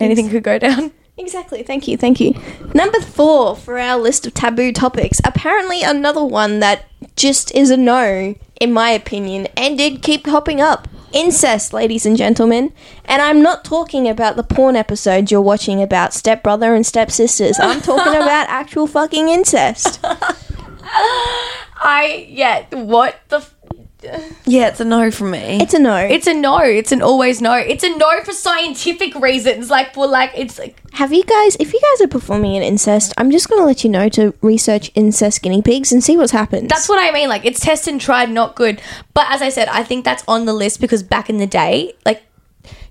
C: anything could go down.
A: exactly. Thank you. Thank you. Number 4 for our list of taboo topics. Apparently another one that just is a no in my opinion and did keep hopping up. Incest, ladies and gentlemen. And I'm not talking about the porn episode you're watching about stepbrother and stepsisters. I'm talking about actual fucking incest.
C: I yeah. What the. F-
B: Yeah, it's a no from me.
A: It's a no.
C: it's a no. It's an always no. It's a no for scientific reasons. Like for like it's like
A: Have you guys, if you guys are performing an incest, I'm just going to let you know to research incest guinea pigs and see what happens.
C: That's what I mean. Like it's test and tried, not good. But as I said, I think that's on the list because back in the day, like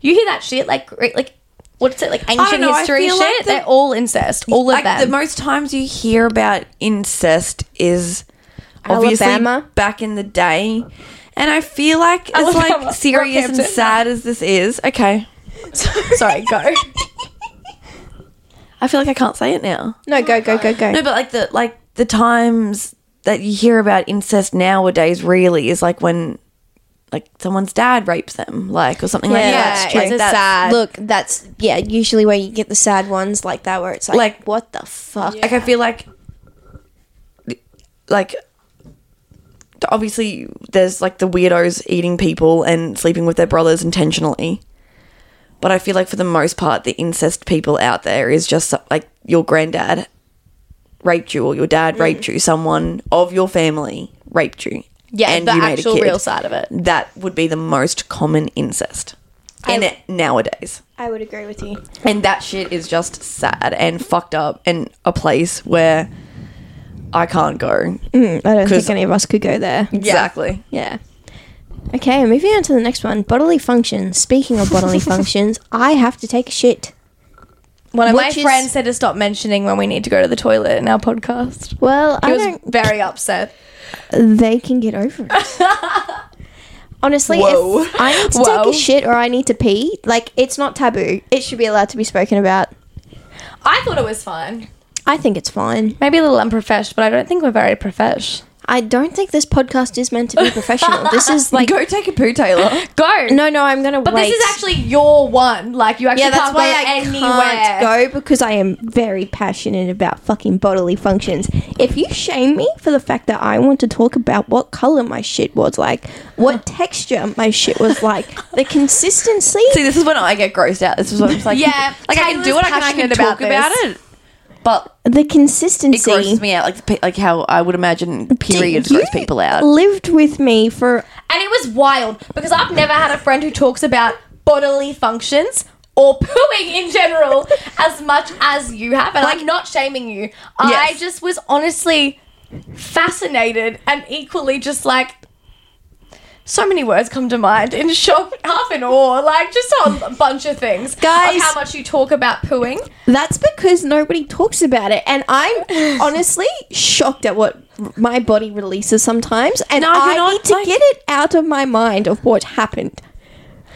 C: you hear that shit, like great- like what's it like ancient
B: know, I
C: history
B: feel
C: shit?
B: like the-
C: They're all incest, all of
B: like
C: them.
B: the most times you hear about incest is obviously
A: Alabama.
B: back in the day. And I feel like as
C: Alabama.
B: like serious and
C: Rockhampton.
B: sad as this is, okay.
C: Sorry, go.
B: I feel like I can't say it now.
A: no, go, go, go, go.
B: No, but like the like the times that you hear about incest nowadays really is like when like someone's dad rapes them, like or something like
A: Yeah,
B: that.
A: that's true.
B: Like,
A: It's a
B: that's-
A: Look, that's, yeah, usually where you get the sad ones like that, where it's like,
B: Like-
A: what the fuck?
B: Like I feel like, like obviously there's like the weirdos eating people and sleeping with their brothers intentionally, but I feel like for the most part the incest people out there is just like your granddad raped you or your
C: Mm.
B: dad raped you, someone of your family raped you.
C: Yeah,
B: and
C: the
B: you made a
C: actual
B: kid.
C: real side of it.
B: That would be the most common incest in it nowadays.
A: I would agree with you.
B: And that shit is just sad and fucked up and a place where I can't go.
A: I don't think
B: 'Cause-
A: any of us could go there.
B: Exactly.
A: Yeah. Okay, moving on to the next one bodily functions. Speaking of bodily functions, I have to take a shit.
C: One of my
A: Which is-
C: friends said to stop mentioning when we need to go to the toilet in our podcast.
A: Well,
C: He
A: I
C: was
A: don't
C: very upset.
A: they can get over it. Honestly,
B: Whoa.
A: if I need to
C: Whoa.
A: take a shit or I need to pee, like it's not taboo. It should be allowed to be spoken about.
C: I thought it was fine.
A: I think it's fine.
C: Maybe a little unprofesh, but I don't think we're very profesh.
A: I don't think this podcast is meant to be professional. this is like
B: go take a poo, Taylor.
C: Go.
A: no, no. I'm gonna
C: But
A: wait.
C: this is actually your one. Like you actually
A: yeah. That's
C: can't
A: why
C: go
A: I
C: anywhere.
A: can't go because I am very passionate about fucking bodily functions. If you shame me for the fact that I want to talk about what color my shit was like, what texture my shit was like, the consistency.
B: See, this is when I get grossed out. This is when I'm just like,
C: Yeah,
B: like I can
C: Taylor's
B: do it. I can, I can
C: passionate
B: talk
C: about
B: about it. But
A: the
B: it
A: consistency
B: grosses me out, like the pe- like how I would imagine periods
A: you
B: gross people out.
A: lived with me for
C: And it was wild because I've never had a friend who talks about bodily functions or pooing in general as much as you have. And I'm not shaming you. I
B: Yes.
C: just was honestly fascinated and equally just like so many words come to mind in shock, half in awe, like just a whole bunch of things.
A: Guys.
C: of how much you talk about pooing.
A: that's because nobody talks about it and i'm honestly shocked at what my body releases sometimes and
B: No, you're
A: i
B: not,
A: need to
B: like-
A: get it out of my mind of what happened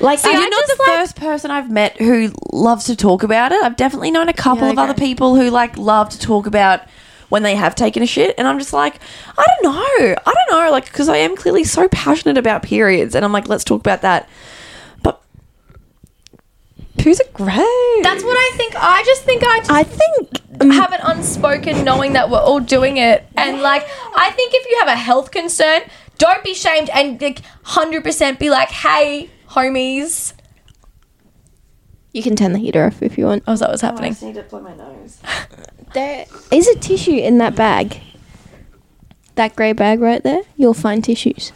A: like I
B: You're not the first person I've met who loves to talk about it. I've definitely known a couple
A: Yeah,
B: of other
A: okay.
B: people who like love to talk about when they have taken a shit, and I'm just like, I don't know, I don't know, like because I am clearly so passionate about periods, and I'm like, let's talk about that. But poo's are great.
C: That's what I think. I just think I just
A: i think um,
C: have it unspoken knowing that we're all doing it and like i think if you have a health concern don't be shamed and like 100% be like hey homies
A: you can turn the heater off if you want
C: oh is that what's happening
B: need to blow my nose.
A: there is a tissue in that bag that grey bag right there you'll find tissues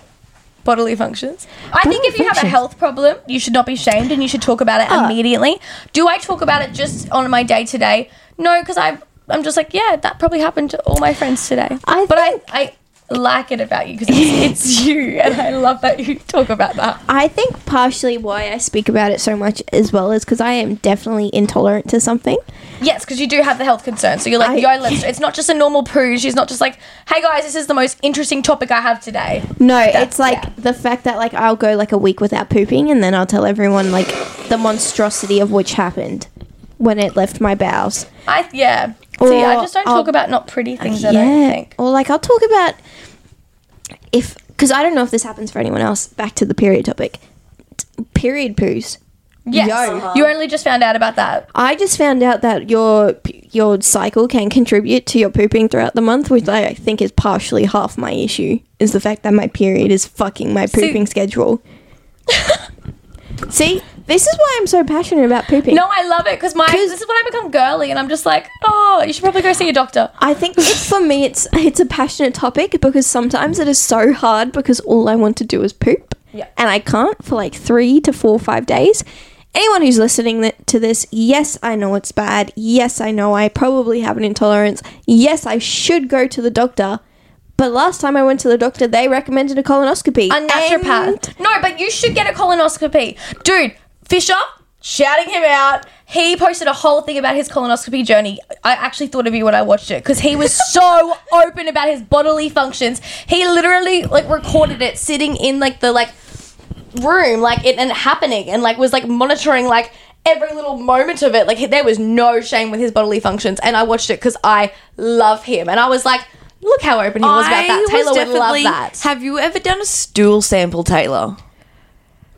C: bodily functions i think
A: Bodily
C: if you have a
A: functions.
C: health problem you should not be shamed and you should talk about it immediately do i talk about it just on my day to day no because i i'm just like yeah that probably happened to all my friends today
A: I
C: but
A: think-
C: i i like it about you because it's, it's you, and I love that you talk about that.
A: I think partially why I speak about it so much as well is because I am definitely intolerant to something.
C: Yes, because you do have the health concern. So you're like,
A: I-
C: yo, let's. It's not just a normal poo. She's not just like, hey guys, this is the most interesting topic I have today.
A: No, it's like the fact that like I'll go like a week without pooping and then I'll tell everyone like the monstrosity of which happened when it left my bowels.
C: I yeah. See, I
A: Or
C: just don't
A: I'll- Uh,
C: talk about not pretty things. I don't think.
A: Or like I'll talk about if because I don't know if this happens for anyone else. Back to the period topic. T- period poos.
C: Yes, you only just found out about that.
A: I just found out that your p- your cycle can contribute to your pooping throughout the month, which I think is partially half my issue. Is the fact that my period is fucking my pooping schedule. See, this is why I'm so passionate about pooping.
C: No, I love it because my
A: 'Cause-
C: this is when I become girly, and I'm just like, oh, you should probably go see a doctor.
A: I think it, for me, it's it's a passionate topic because sometimes it is so hard because all I want to do is poop,
C: Yeah.
A: and I can't for like three to four five days. Anyone who's listening th- to this, yes, I know it's bad. Yes, I know I probably have an intolerance. Yes, I should go to the doctor. But last time I went to the doctor, they recommended a colonoscopy.
C: A naturopath.
A: And-
C: no, but you should get a colonoscopy. Dude, Fisher, shouting him out. He posted a whole thing about his colonoscopy journey. I actually thought of you when I watched it because he was so open about his bodily functions. He literally like recorded it sitting in like the like room, like it and it happening, and like was like monitoring like every little moment of it. Like he- there was no shame with his bodily functions, and I watched it because I love him, and I was like, look how open he was about that. Taylor would love that.
B: Have you ever done a stool sample, Taylor?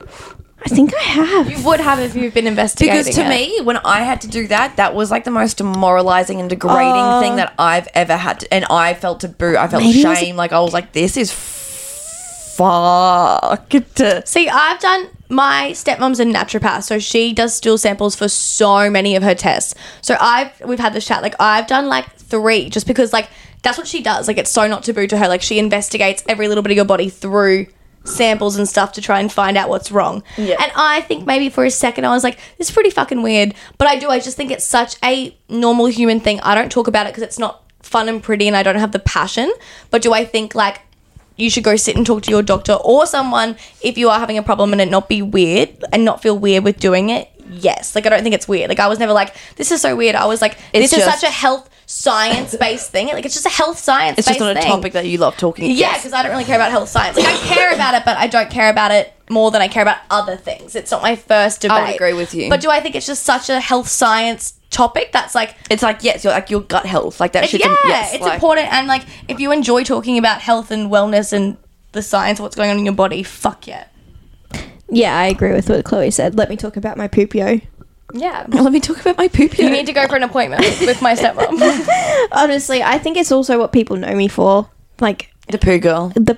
A: I think I have.
C: You would have if you've been investigating.
B: Because to
C: it.
B: me, when I had to do that, that was like the most demoralizing and degrading thing that I've ever had. To, and I felt taboo. I felt
A: Maybe it was-
B: shame. like I was like, this is fucked.
C: See, I've done my stepmom's a naturopath, so she does stool samples for so many of her tests. So I've we've had this chat. Like I've done like three, just because like that's what she does. Like it's so not taboo to her. Like she investigates every little bit of your body through samples and stuff to try and find out what's wrong. Yeah. And I think maybe for a second I was like, this is pretty fucking weird. But I do. I just think it's such a normal human thing. I don't talk about it because it's not fun and pretty, and I don't have the passion. But do I think like you should go sit and talk to your doctor or someone if you are having a problem and it not be weird and not feel weird with doing it. Yes. Like I don't think it's weird. Like I was never like, this is so weird. I was like, this
B: It's
C: is
B: just-
C: such a health science based thing. Like it's just a health science.
B: It's just not a topic that you love talking about.
C: Yeah, because I don't really care about health science. Like I care about it, but I don't care about it more than I care about other things. It's not my first debate.
B: would agree with you.
C: But do I think it's just such a health science topic that's like
B: It's like, yes, you're like your gut health. Like that shit.
C: yeah,
B: yes,
C: it's
B: like-
C: important. And like, if you enjoy talking about health and wellness and the science of what's going on in your body, fuck yeah.
A: Yeah, I agree with what Chloe said. Let me talk about my poopio.
C: Yeah.
B: Let me talk about my poop.
C: You need to go for an appointment with my stepmom.
A: Honestly, I think it's also what people know me for. Like
B: the poo girl.
A: the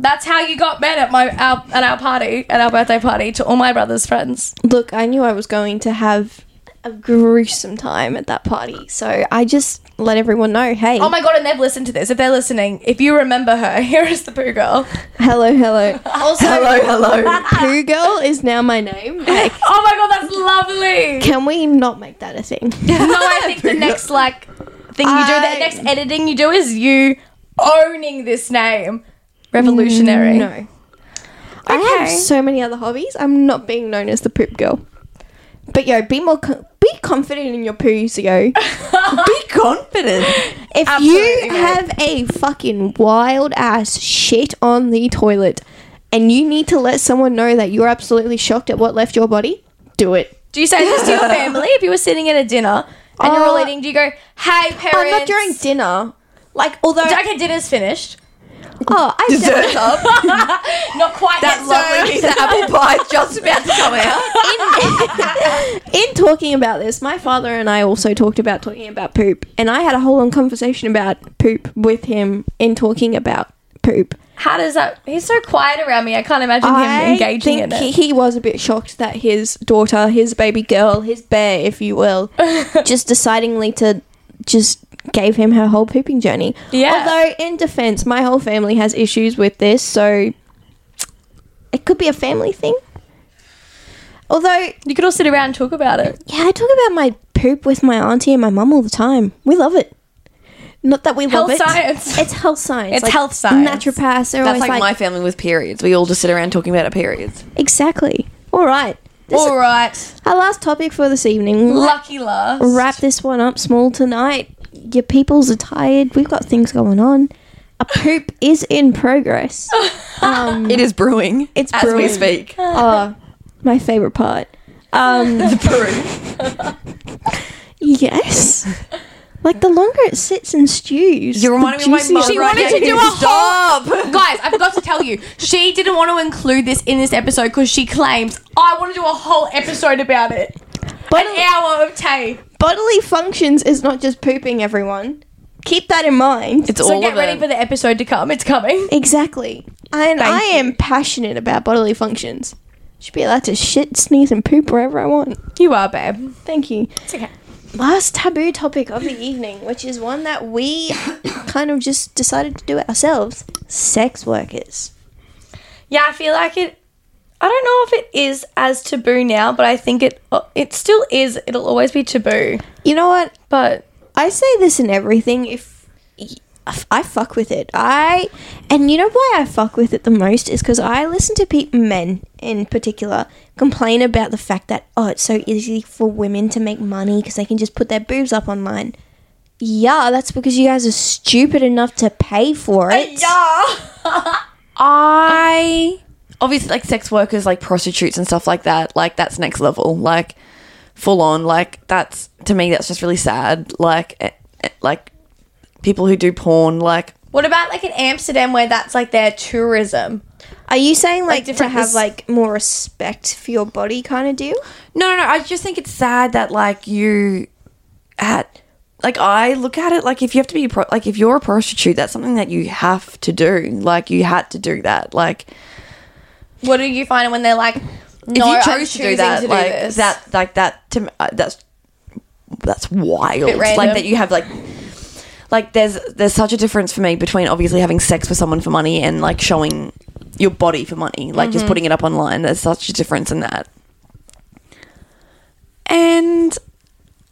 C: That's how you got met at my our, at our party at our birthday party to all my brother's friends.
A: look, I knew I was going to have a gruesome time at that party, so I just let everyone know, hey,
C: Oh my god, and they've listened to this. If they're listening, if you remember her, here is the poo girl.
A: hello, hello,
C: Also,
B: hello.
A: poo girl is now my name. Like,
C: oh my god, that's lovely.
A: can we not make that a thing?
C: No, I think the next like thing you do,
A: I-
C: the next editing you do is you owning this name. Revolutionary.
A: No. I have so many other hobbies. I'm not being known as the poop girl. But yo, be more co- be confident in your poos, yo.
B: Be confident.
A: If
C: Absolutely
A: you
C: right.
A: have a fucking wild ass shit on the toilet and you need to let someone know that you're absolutely shocked at what left your body, do it.
C: Do you say this to your family if you were sitting at a dinner and you're
A: Uh,
C: all eating? Do you go, "Hey, parents"?
A: Oh, not during dinner. Like, although.
C: Okay, dinner's finished.
A: oh, I
B: Dessert's
A: definitely.
B: up.
C: Not quite
B: That
C: yet,
B: lovely
C: sir.
B: piece of apple pie is just about to come out.
A: In talking about this, my father and I also talked about talking about poop. And I had a whole long conversation about poop with him in talking about poop.
C: How does that? He's so quiet around me. I can't imagine him
A: I
C: engaging
A: think
C: in it.
A: he, he was a bit shocked that his daughter, his baby girl, his bear, if you will, just decidingly to just gave him her whole pooping journey.
C: Yeah.
A: Although, in defense, my whole family has issues with this, so it could be a family thing. Although,
C: you could all sit around and talk about it.
A: yeah, I talk about my poop with my auntie and my mum all the time. We love it. Not that we
E: Health
A: love it.
E: science.
A: It's health science.
E: It's health science.
A: Naturopaths. They're
B: That's
A: always
B: like,
A: like,
B: my family with periods. We all just sit around talking about our periods.
A: exactly. All right. This
E: All right.
A: our last topic for this evening. We'll
E: Lucky last.
A: wrap this one up small tonight. Your peoples are tired. We've got things going on. A poop is in progress. Um,
B: It is brewing
A: It's
B: as we
A: brewing.
B: speak.
A: oh, my favorite part. Um, yes. Like the longer it sits and stews,
B: You're
A: the
B: reminding me of my
A: juicier it
B: mum.
E: She wanted
B: right
E: to
B: now.
E: do a whole-
B: Stop.
E: Guys, I forgot to tell you, she didn't want to include this in this episode because she claims I want to do a whole episode about it. An
A: Bodily,
E: hour of tea.
A: bodily functions is not just pooping, everyone. Keep that in mind.
B: It's
E: So
B: all
E: get
B: of
E: ready
B: it.
E: for the episode to come. It's coming.
A: Exactly. And I am passionate about bodily functions. Should be allowed to shit, sneeze, and poop wherever I want.
E: You are, babe.
A: Thank you.
E: It's okay.
A: Last taboo topic of the evening, which is one that we kind of just decided to do ourselves sex workers.
C: Yeah, I feel like it. I don't know if it is as taboo now, but I think it uh, it still is. It'll always be taboo.
A: You know what?
C: But
A: I say this in everything. If I fuck with it, I and you know why I fuck with it the most is because I listen to pe- men in particular complain about the fact that oh, it's so easy for women to make money because they can just put their boobs up online. Yeah, that's because you guys are stupid enough to pay for it.
B: I obviously like sex workers, like prostitutes and stuff like that. Like that's next level. Like full on. Like that's to me, that's just really sad. Like eh, eh, like people who do porn. Like
C: what about like in Amsterdam where that's like their tourism?
A: Are you saying like, to
C: different-
A: have like more respect for your body kind of deal?
B: No, no, no. I just think it's sad that like you at like I look at it like if you have to be a pro- like if you're a prostitute, that's something that you have to do. Like you had to do that. Like
C: What do you find when they're like,
B: if
C: no,
B: you
C: I'm
B: chose to
C: choosing
B: do that,
C: to do
B: like
C: this.
B: that, like that to me, uh, that's that's wild. Like
C: random.
B: that you have like like there's there's such a difference for me between obviously having sex with someone for money and like showing your body for money, like
C: Mm-hmm.
B: just putting it up online. There's such a difference in that. And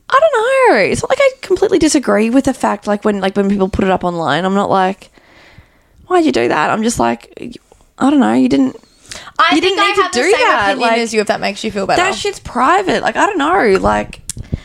B: I don't know. It's not like I completely disagree with the fact like when like when people put it up online, I'm not like why'd you do that? I'm just like I don't know. You didn't
C: I
B: you
C: think
B: didn't
C: I
B: need to
C: have the
B: do
C: same
B: that,
C: opinion
B: like-
C: as you if that makes you feel better.
B: that shit's private. Like I don't know. Like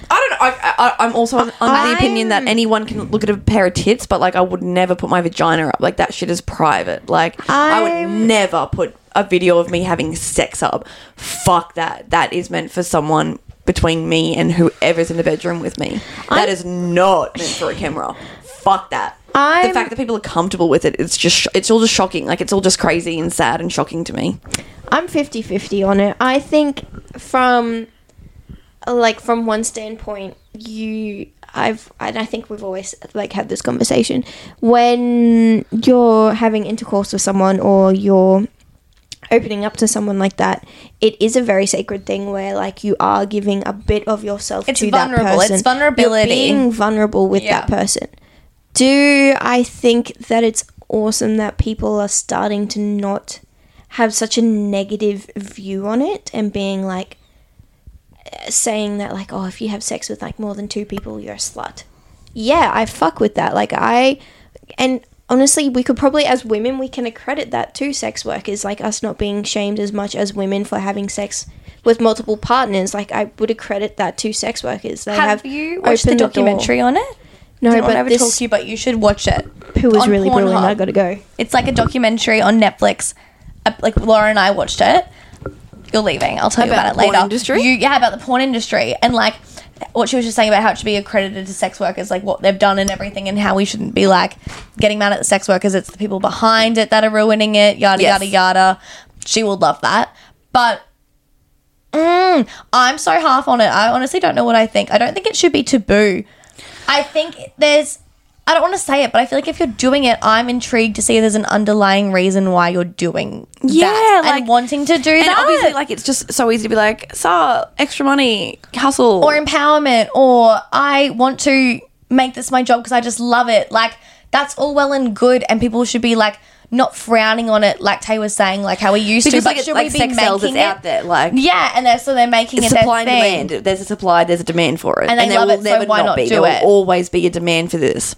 B: I don't know. I, I, I'm also on, on the opinion that anyone can look at a pair of tits, but like I would never put my vagina up. Like that shit is private. Like i would
A: I'm-
B: never put a video of me having sex up. Fuck that. That is meant for someone between me and whoever's in the bedroom with me. That is not meant for a camera. Fuck that.
A: I'm-
B: the fact that people are comfortable with it, it's just, sh- it's all just shocking. Like, it's all just crazy and sad and shocking to me.
A: I'm 50-50 on it. I think from like from one standpoint, you I've and I think we've always like had this conversation when you're having intercourse with someone or you're opening up to someone like that, it is a very sacred thing where like you are giving a bit of yourself
C: It's
A: to that
C: vulnerable. It's
A: person. You're
C: vulnerability.
A: being vulnerable with that
C: Yeah.
A: person. Do I think that it's awesome that people are starting to not have such a negative view on it and being like eh, saying that like oh if you have sex with like more than two people you're a slut. Yeah, I fuck with that. Like I and honestly we could probably as women we can accredit that to sex workers like us not being shamed as much as women for having sex with multiple partners like i would accredit that to sex workers they have,
C: have you watched the
A: opened door.
C: documentary on it?
A: no
C: Don't
A: but
C: ever talk
A: this
C: to you, but you should watch it.
A: poo was
C: on
A: really brilliant
C: Pornhub.
A: i gotta go
C: It's like a documentary on Netflix. Uh, Like Laura and I watched it. You're leaving. I'll tell
B: About
C: you
B: the
C: about it later.
B: porn industry?
C: You, yeah, about the porn industry and like what she was just saying about how it should be accredited to sex workers, like what they've done and everything, and how we shouldn't be like getting mad at the sex workers. It's the people behind it that are ruining it. Yada
B: Yes.
C: yada yada. She would love that, but. Mm, I'm so half on it. I honestly don't know what I think. I don't think it should be taboo. I think there's. I don't want to say it, but I feel like if you're doing it, I'm intrigued to see if there's an underlying reason why you're doing
B: Yeah,
C: that
B: like-
C: and wanting to do
B: And
C: that,
B: obviously, like it's just so easy to be like, "So extra money, hustle."
C: or empowerment, or I want to make this my job because I just love it. Like that's all well and good, and people should be like not frowning on it, like Tay was saying, like how we used
B: because
C: to.
B: like
C: but
B: it's
C: should
B: like
C: we be
B: sex
C: making
B: sells. It's
C: it?
B: out there, like
C: Yeah, and they're so they're making
B: it's
C: it
B: supply
C: their
B: and
C: thing.
B: demand. There's a supply, there's a demand for it,
C: And they
B: there
C: love it, so why not
B: be.
C: do
B: there
C: it?
B: will always be a demand for this.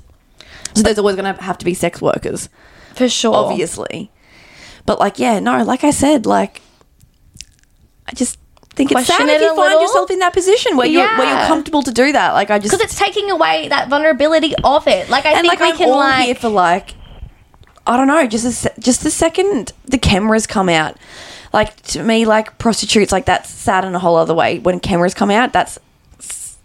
B: So there's always going to have to be sex workers,
C: for sure.
B: obviously. But like, yeah, no, like I said, like I just think it's
E: Question
B: sad if
E: it
B: you
E: a
B: find
E: little.
B: yourself in that position where you're where you're
E: Yeah.
B: comfortable to do that. Like I just
E: because it's taking away that vulnerability of it. Like I
B: and
E: think
B: like
E: we
B: I'm
E: can
B: all
E: like
B: here for like I don't know, just a se- just the second the cameras come out, like to me, like prostitutes, like that's sad in a whole other way. When cameras come out, that's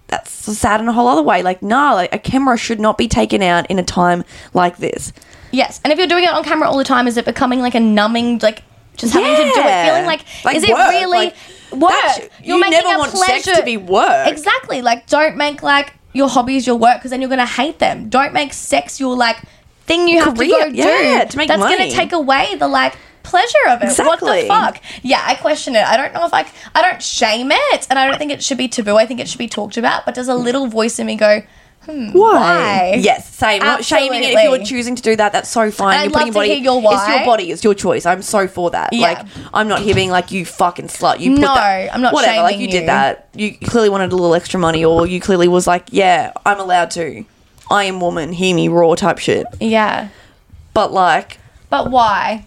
B: that's sad in a whole other way. Like nah, like a camera should not be taken out in a time like this.
E: yes. And if you're doing it on camera all the time, is it becoming like a numbing like? Just having to do it,
B: Yeah.
E: feeling like,
B: Like
E: is it
B: work,
E: really
B: like,
E: work?
B: that sh- you never want sex to be work.
E: Exactly. Like, don't make like your hobbies your work because then you're gonna hate them. Don't make sex your like thing you have
B: Career,
E: to go
B: yeah,
E: do.
B: to make
E: That's
B: money.
E: gonna take away the like pleasure of it.
B: Exactly.
E: What the fuck? Yeah, I question it. I don't know if I. c- I don't shame it, and I don't think it should be taboo. I think it should be talked about. But does a little voice in me go? Hmm, why?
B: Yes, same. Not shaming it. If
E: Absolutely.
B: you're choosing to do that, that's so fine.
E: And I'd
B: you're putting
E: love
B: your
E: to
B: body.
E: hear your
B: It's
E: why.
B: your body. It's your choice. I'm so for that.
E: Yeah.
B: Like I'm not here being like you fucking slut. You put
E: No,
B: that,
E: I'm not
B: Whatever. like
E: shaming
B: you,
E: you.
B: did that. You clearly wanted a little extra money, or you clearly was like, yeah, I'm allowed to. I am woman. Hear me raw type shit.
E: Yeah.
B: But like.
E: But why?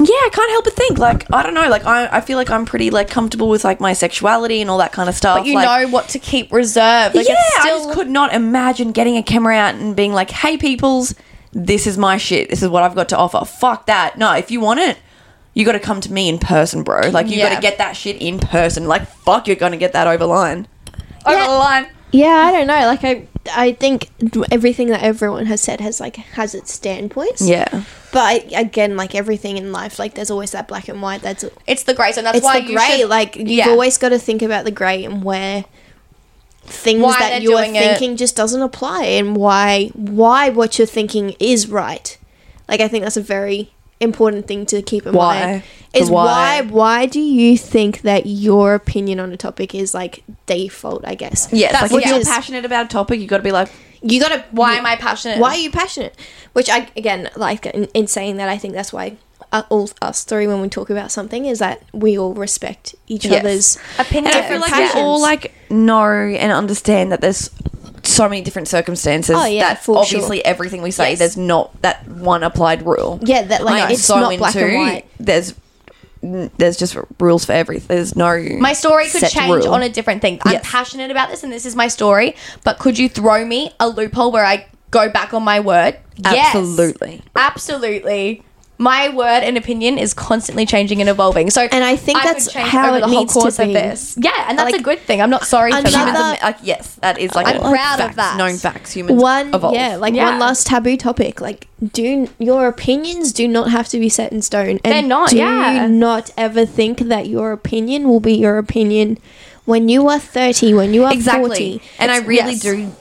B: Yeah, I can't help but think. Like, I don't know. Like, I, I feel like I'm pretty like comfortable with like my sexuality and all that kind of stuff.
C: You
B: like,
C: know what to keep reserved. Like
B: yeah,
C: it's
B: I
C: still
B: just could not imagine getting a camera out and being like, "Hey, peoples, this is my shit. This is what I've got to offer." Fuck that. No, if you want it, you got to come to me in person, bro. Like you got
C: Yeah.
B: to get that shit in person. Like fuck, you're gonna get that over line. Over the line.
A: Yeah, I don't know. Like I, I think everything that everyone has said has like has its standpoints.
B: Yeah.
A: But I, again, like everything in life, like there's always that black and white. That's
C: it's the grey zone. That's
A: it's
C: why
A: the
C: you
A: grey.
C: should-
A: like you've
C: yeah.
A: always got to think about the grey and where things
C: Why they're
A: that you are
C: doing it.
A: thinking just doesn't apply and why why what you're thinking is right. Like I think that's a very important thing to keep in
B: Why?
A: mind.
B: The
A: Is why
B: why.
A: why do you think that your opinion on a topic is like default? I guess.
B: Yes.
A: That's
B: like if
A: what
B: you're
A: is-
B: passionate about a topic, you got to be like,
A: You gotta
C: Why am I passionate?
A: why are you passionate? Which I again like in, in saying that I think that's why uh, all us three when we talk about something is that we all respect each
B: Yes.
A: other's
B: and
E: Opinion.
B: I feel like we all
A: passions.
B: like know and understand that there's so many different circumstances
A: Oh, yeah,
B: that
A: for sure.
B: obviously everything we say
A: Yes.
B: there's not that one applied rule.
A: Yeah, that, like,
B: I am
A: it's not black and white.
B: There's there's just rules for everything. There's no
C: my story could
B: set
C: change
B: rule.
C: on a different thing. I'm
B: Yes.
C: passionate about this, and this is my story. But could you throw me a loophole where I go back on my word? Yes.
B: Absolutely.
C: absolutely. My word and opinion is constantly changing and evolving. So,
A: And I think
C: could
A: that's
C: change
A: how
C: over
A: it needs to be.
C: Yeah, and that's
A: Like,
C: a good thing. I'm not sorry for
A: another-
C: that.
B: Humans are- like, yes, that is like
C: I'm
B: a-
C: proud of
B: facts,
C: that.
B: Known facts. Humans
A: one
B: evolve.
A: yeah like
C: Yeah.
A: one last taboo topic like do your opinions do not have to be set in stone and
C: They're not,
A: do
C: yeah.
A: not ever think that your opinion will be your opinion when you are 30 when you are
B: exactly
A: 40
B: and i
A: It's-
B: really
A: yes.
B: do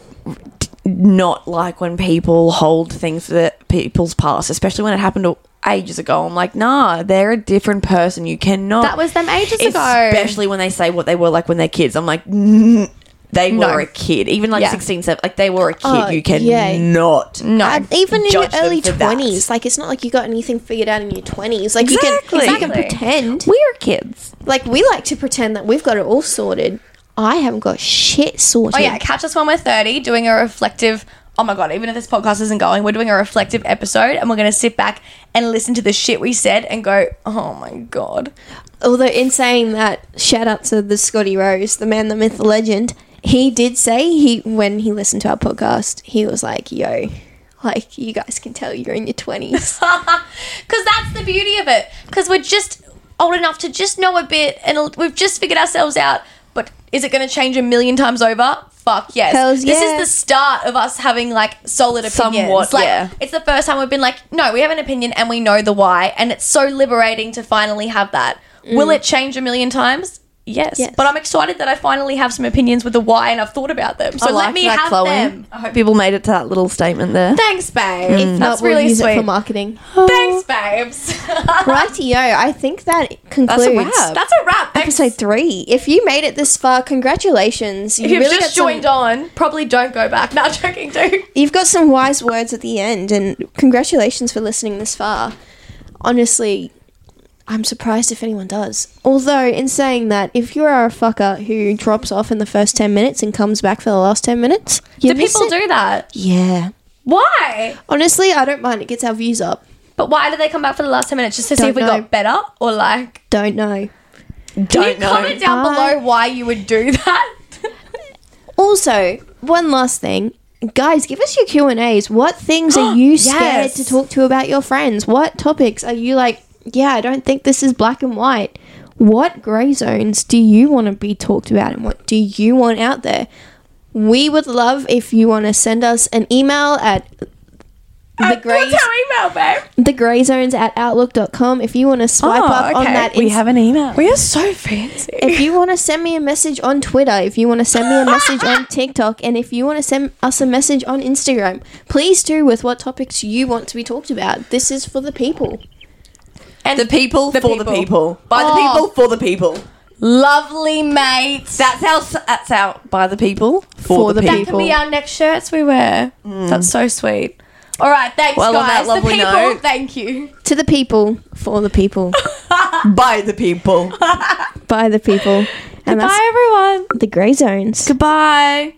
B: not like when people hold things that people's past especially when it happened ages ago i'm like nah they're a different person you cannot
C: That was them ages ago.
B: especially when they say what they were like when they're kids i'm like "Mm, they were a kid even like
C: Yeah.
B: 16 17 like they were a kid
A: Oh,
B: you
A: yeah.
B: cannot
C: No.
A: And even in your
B: judge them
A: early
B: for that.
A: 20s like it's not like you got anything figured out in your 20s like you can you can
B: Exactly.
A: pretend
B: we are kids
A: like we like to pretend that we've got it all sorted i haven't got shit sorted
C: Oh yeah, catch us when we're 30 doing a reflective Oh my god, even if this podcast isn't going, we're doing a reflective episode and we're going to sit back and listen to the shit we said and go, "Oh my god."
A: Although in saying that, shout out to the Scotty Rose, the man, the myth, the legend. He did say he when he listened to our podcast, he was like, "Yo, like you guys can tell you're in your twenties.
C: Cuz that's the beauty of it. Cuz we're just old enough to just know a bit and l- we've just figured ourselves out, but is it going to change a million times over? Fuck yes.
A: Hells
C: this
A: yeah.
C: is the start of us having like solid opinions.
B: Somewhat,
C: like
B: yeah.
C: it's the first time we've been like, no, we have an opinion and we know the why, and it's so liberating to finally have that. Will it change a million times? Yes.
A: Yes.
C: but I'm excited that I finally have some opinions with the why, and I've thought about them. So let
B: like
C: me
B: that,
C: have
B: Chloe.
C: them.
B: i hope people made it to that little statement there
C: Thanks, babe. That's
A: Mm. we'll
C: really
A: use it
C: sweet.
A: for marketing.
C: Thanks, babes.
A: Rightio, I think that concludes
B: wrap.
C: That's a wrap. Thanks.
A: episode three. If you made it this far, congratulations!
C: If you've
A: really got
C: just
A: some-
C: joined on, probably don't go back. Now joking, dude.
A: you've got some wise words at the end, and congratulations for listening this far. Honestly, I'm surprised if anyone does. Although, in saying that, if you are a fucker who drops off in the first 10 minutes and comes back for the last 10 minutes, you
C: Do
A: miss
C: people
A: it.
C: do that?
A: Yeah.
C: Why?
A: Honestly, I don't mind. It gets our views up.
C: But why did they come back for the last ten minutes just to see
A: Don't
C: if we
A: know.
C: got better or like?
A: Don't know.
C: Can you comment down
A: I-
C: below why you would do that?
A: Also, one last thing. Guys, give us your Q and A's. What things are you scared
C: Yes.
A: to talk to about your friends? What topics are you like? Yeah, I don't think this is black and white. What grey zones do you want to be talked about, and what do you want out there? We would love if you want to send us an email at the grey
C: email, babe?
A: the grey zones at outlook.com if you want to swipe
C: Oh,
A: up on that
B: we have an email.
F: We are so fancy.
A: if you want to send me a message on Twitter, if you want to send me a message on TikTok, and if you want to send us a message on Instagram, please do with what topics you want to be talked about. This is for the people.
B: the people for the people. By
C: Oh.
B: the people for the people.
C: Lovely mates. That,
B: That's our. s- That's our. By the people for,
A: For the
B: the, people.
A: people. Hmm.
C: can be our next shirts we wear. That's so sweet. All right, thanks
B: Well, on
C: guys.
B: that
C: the
B: lovely
C: people,
B: note-
C: thank you.
A: To the people, for the people,
B: By the people.
A: by the people. And that's
C: Bye everyone.
A: the grey zones.
C: Goodbye.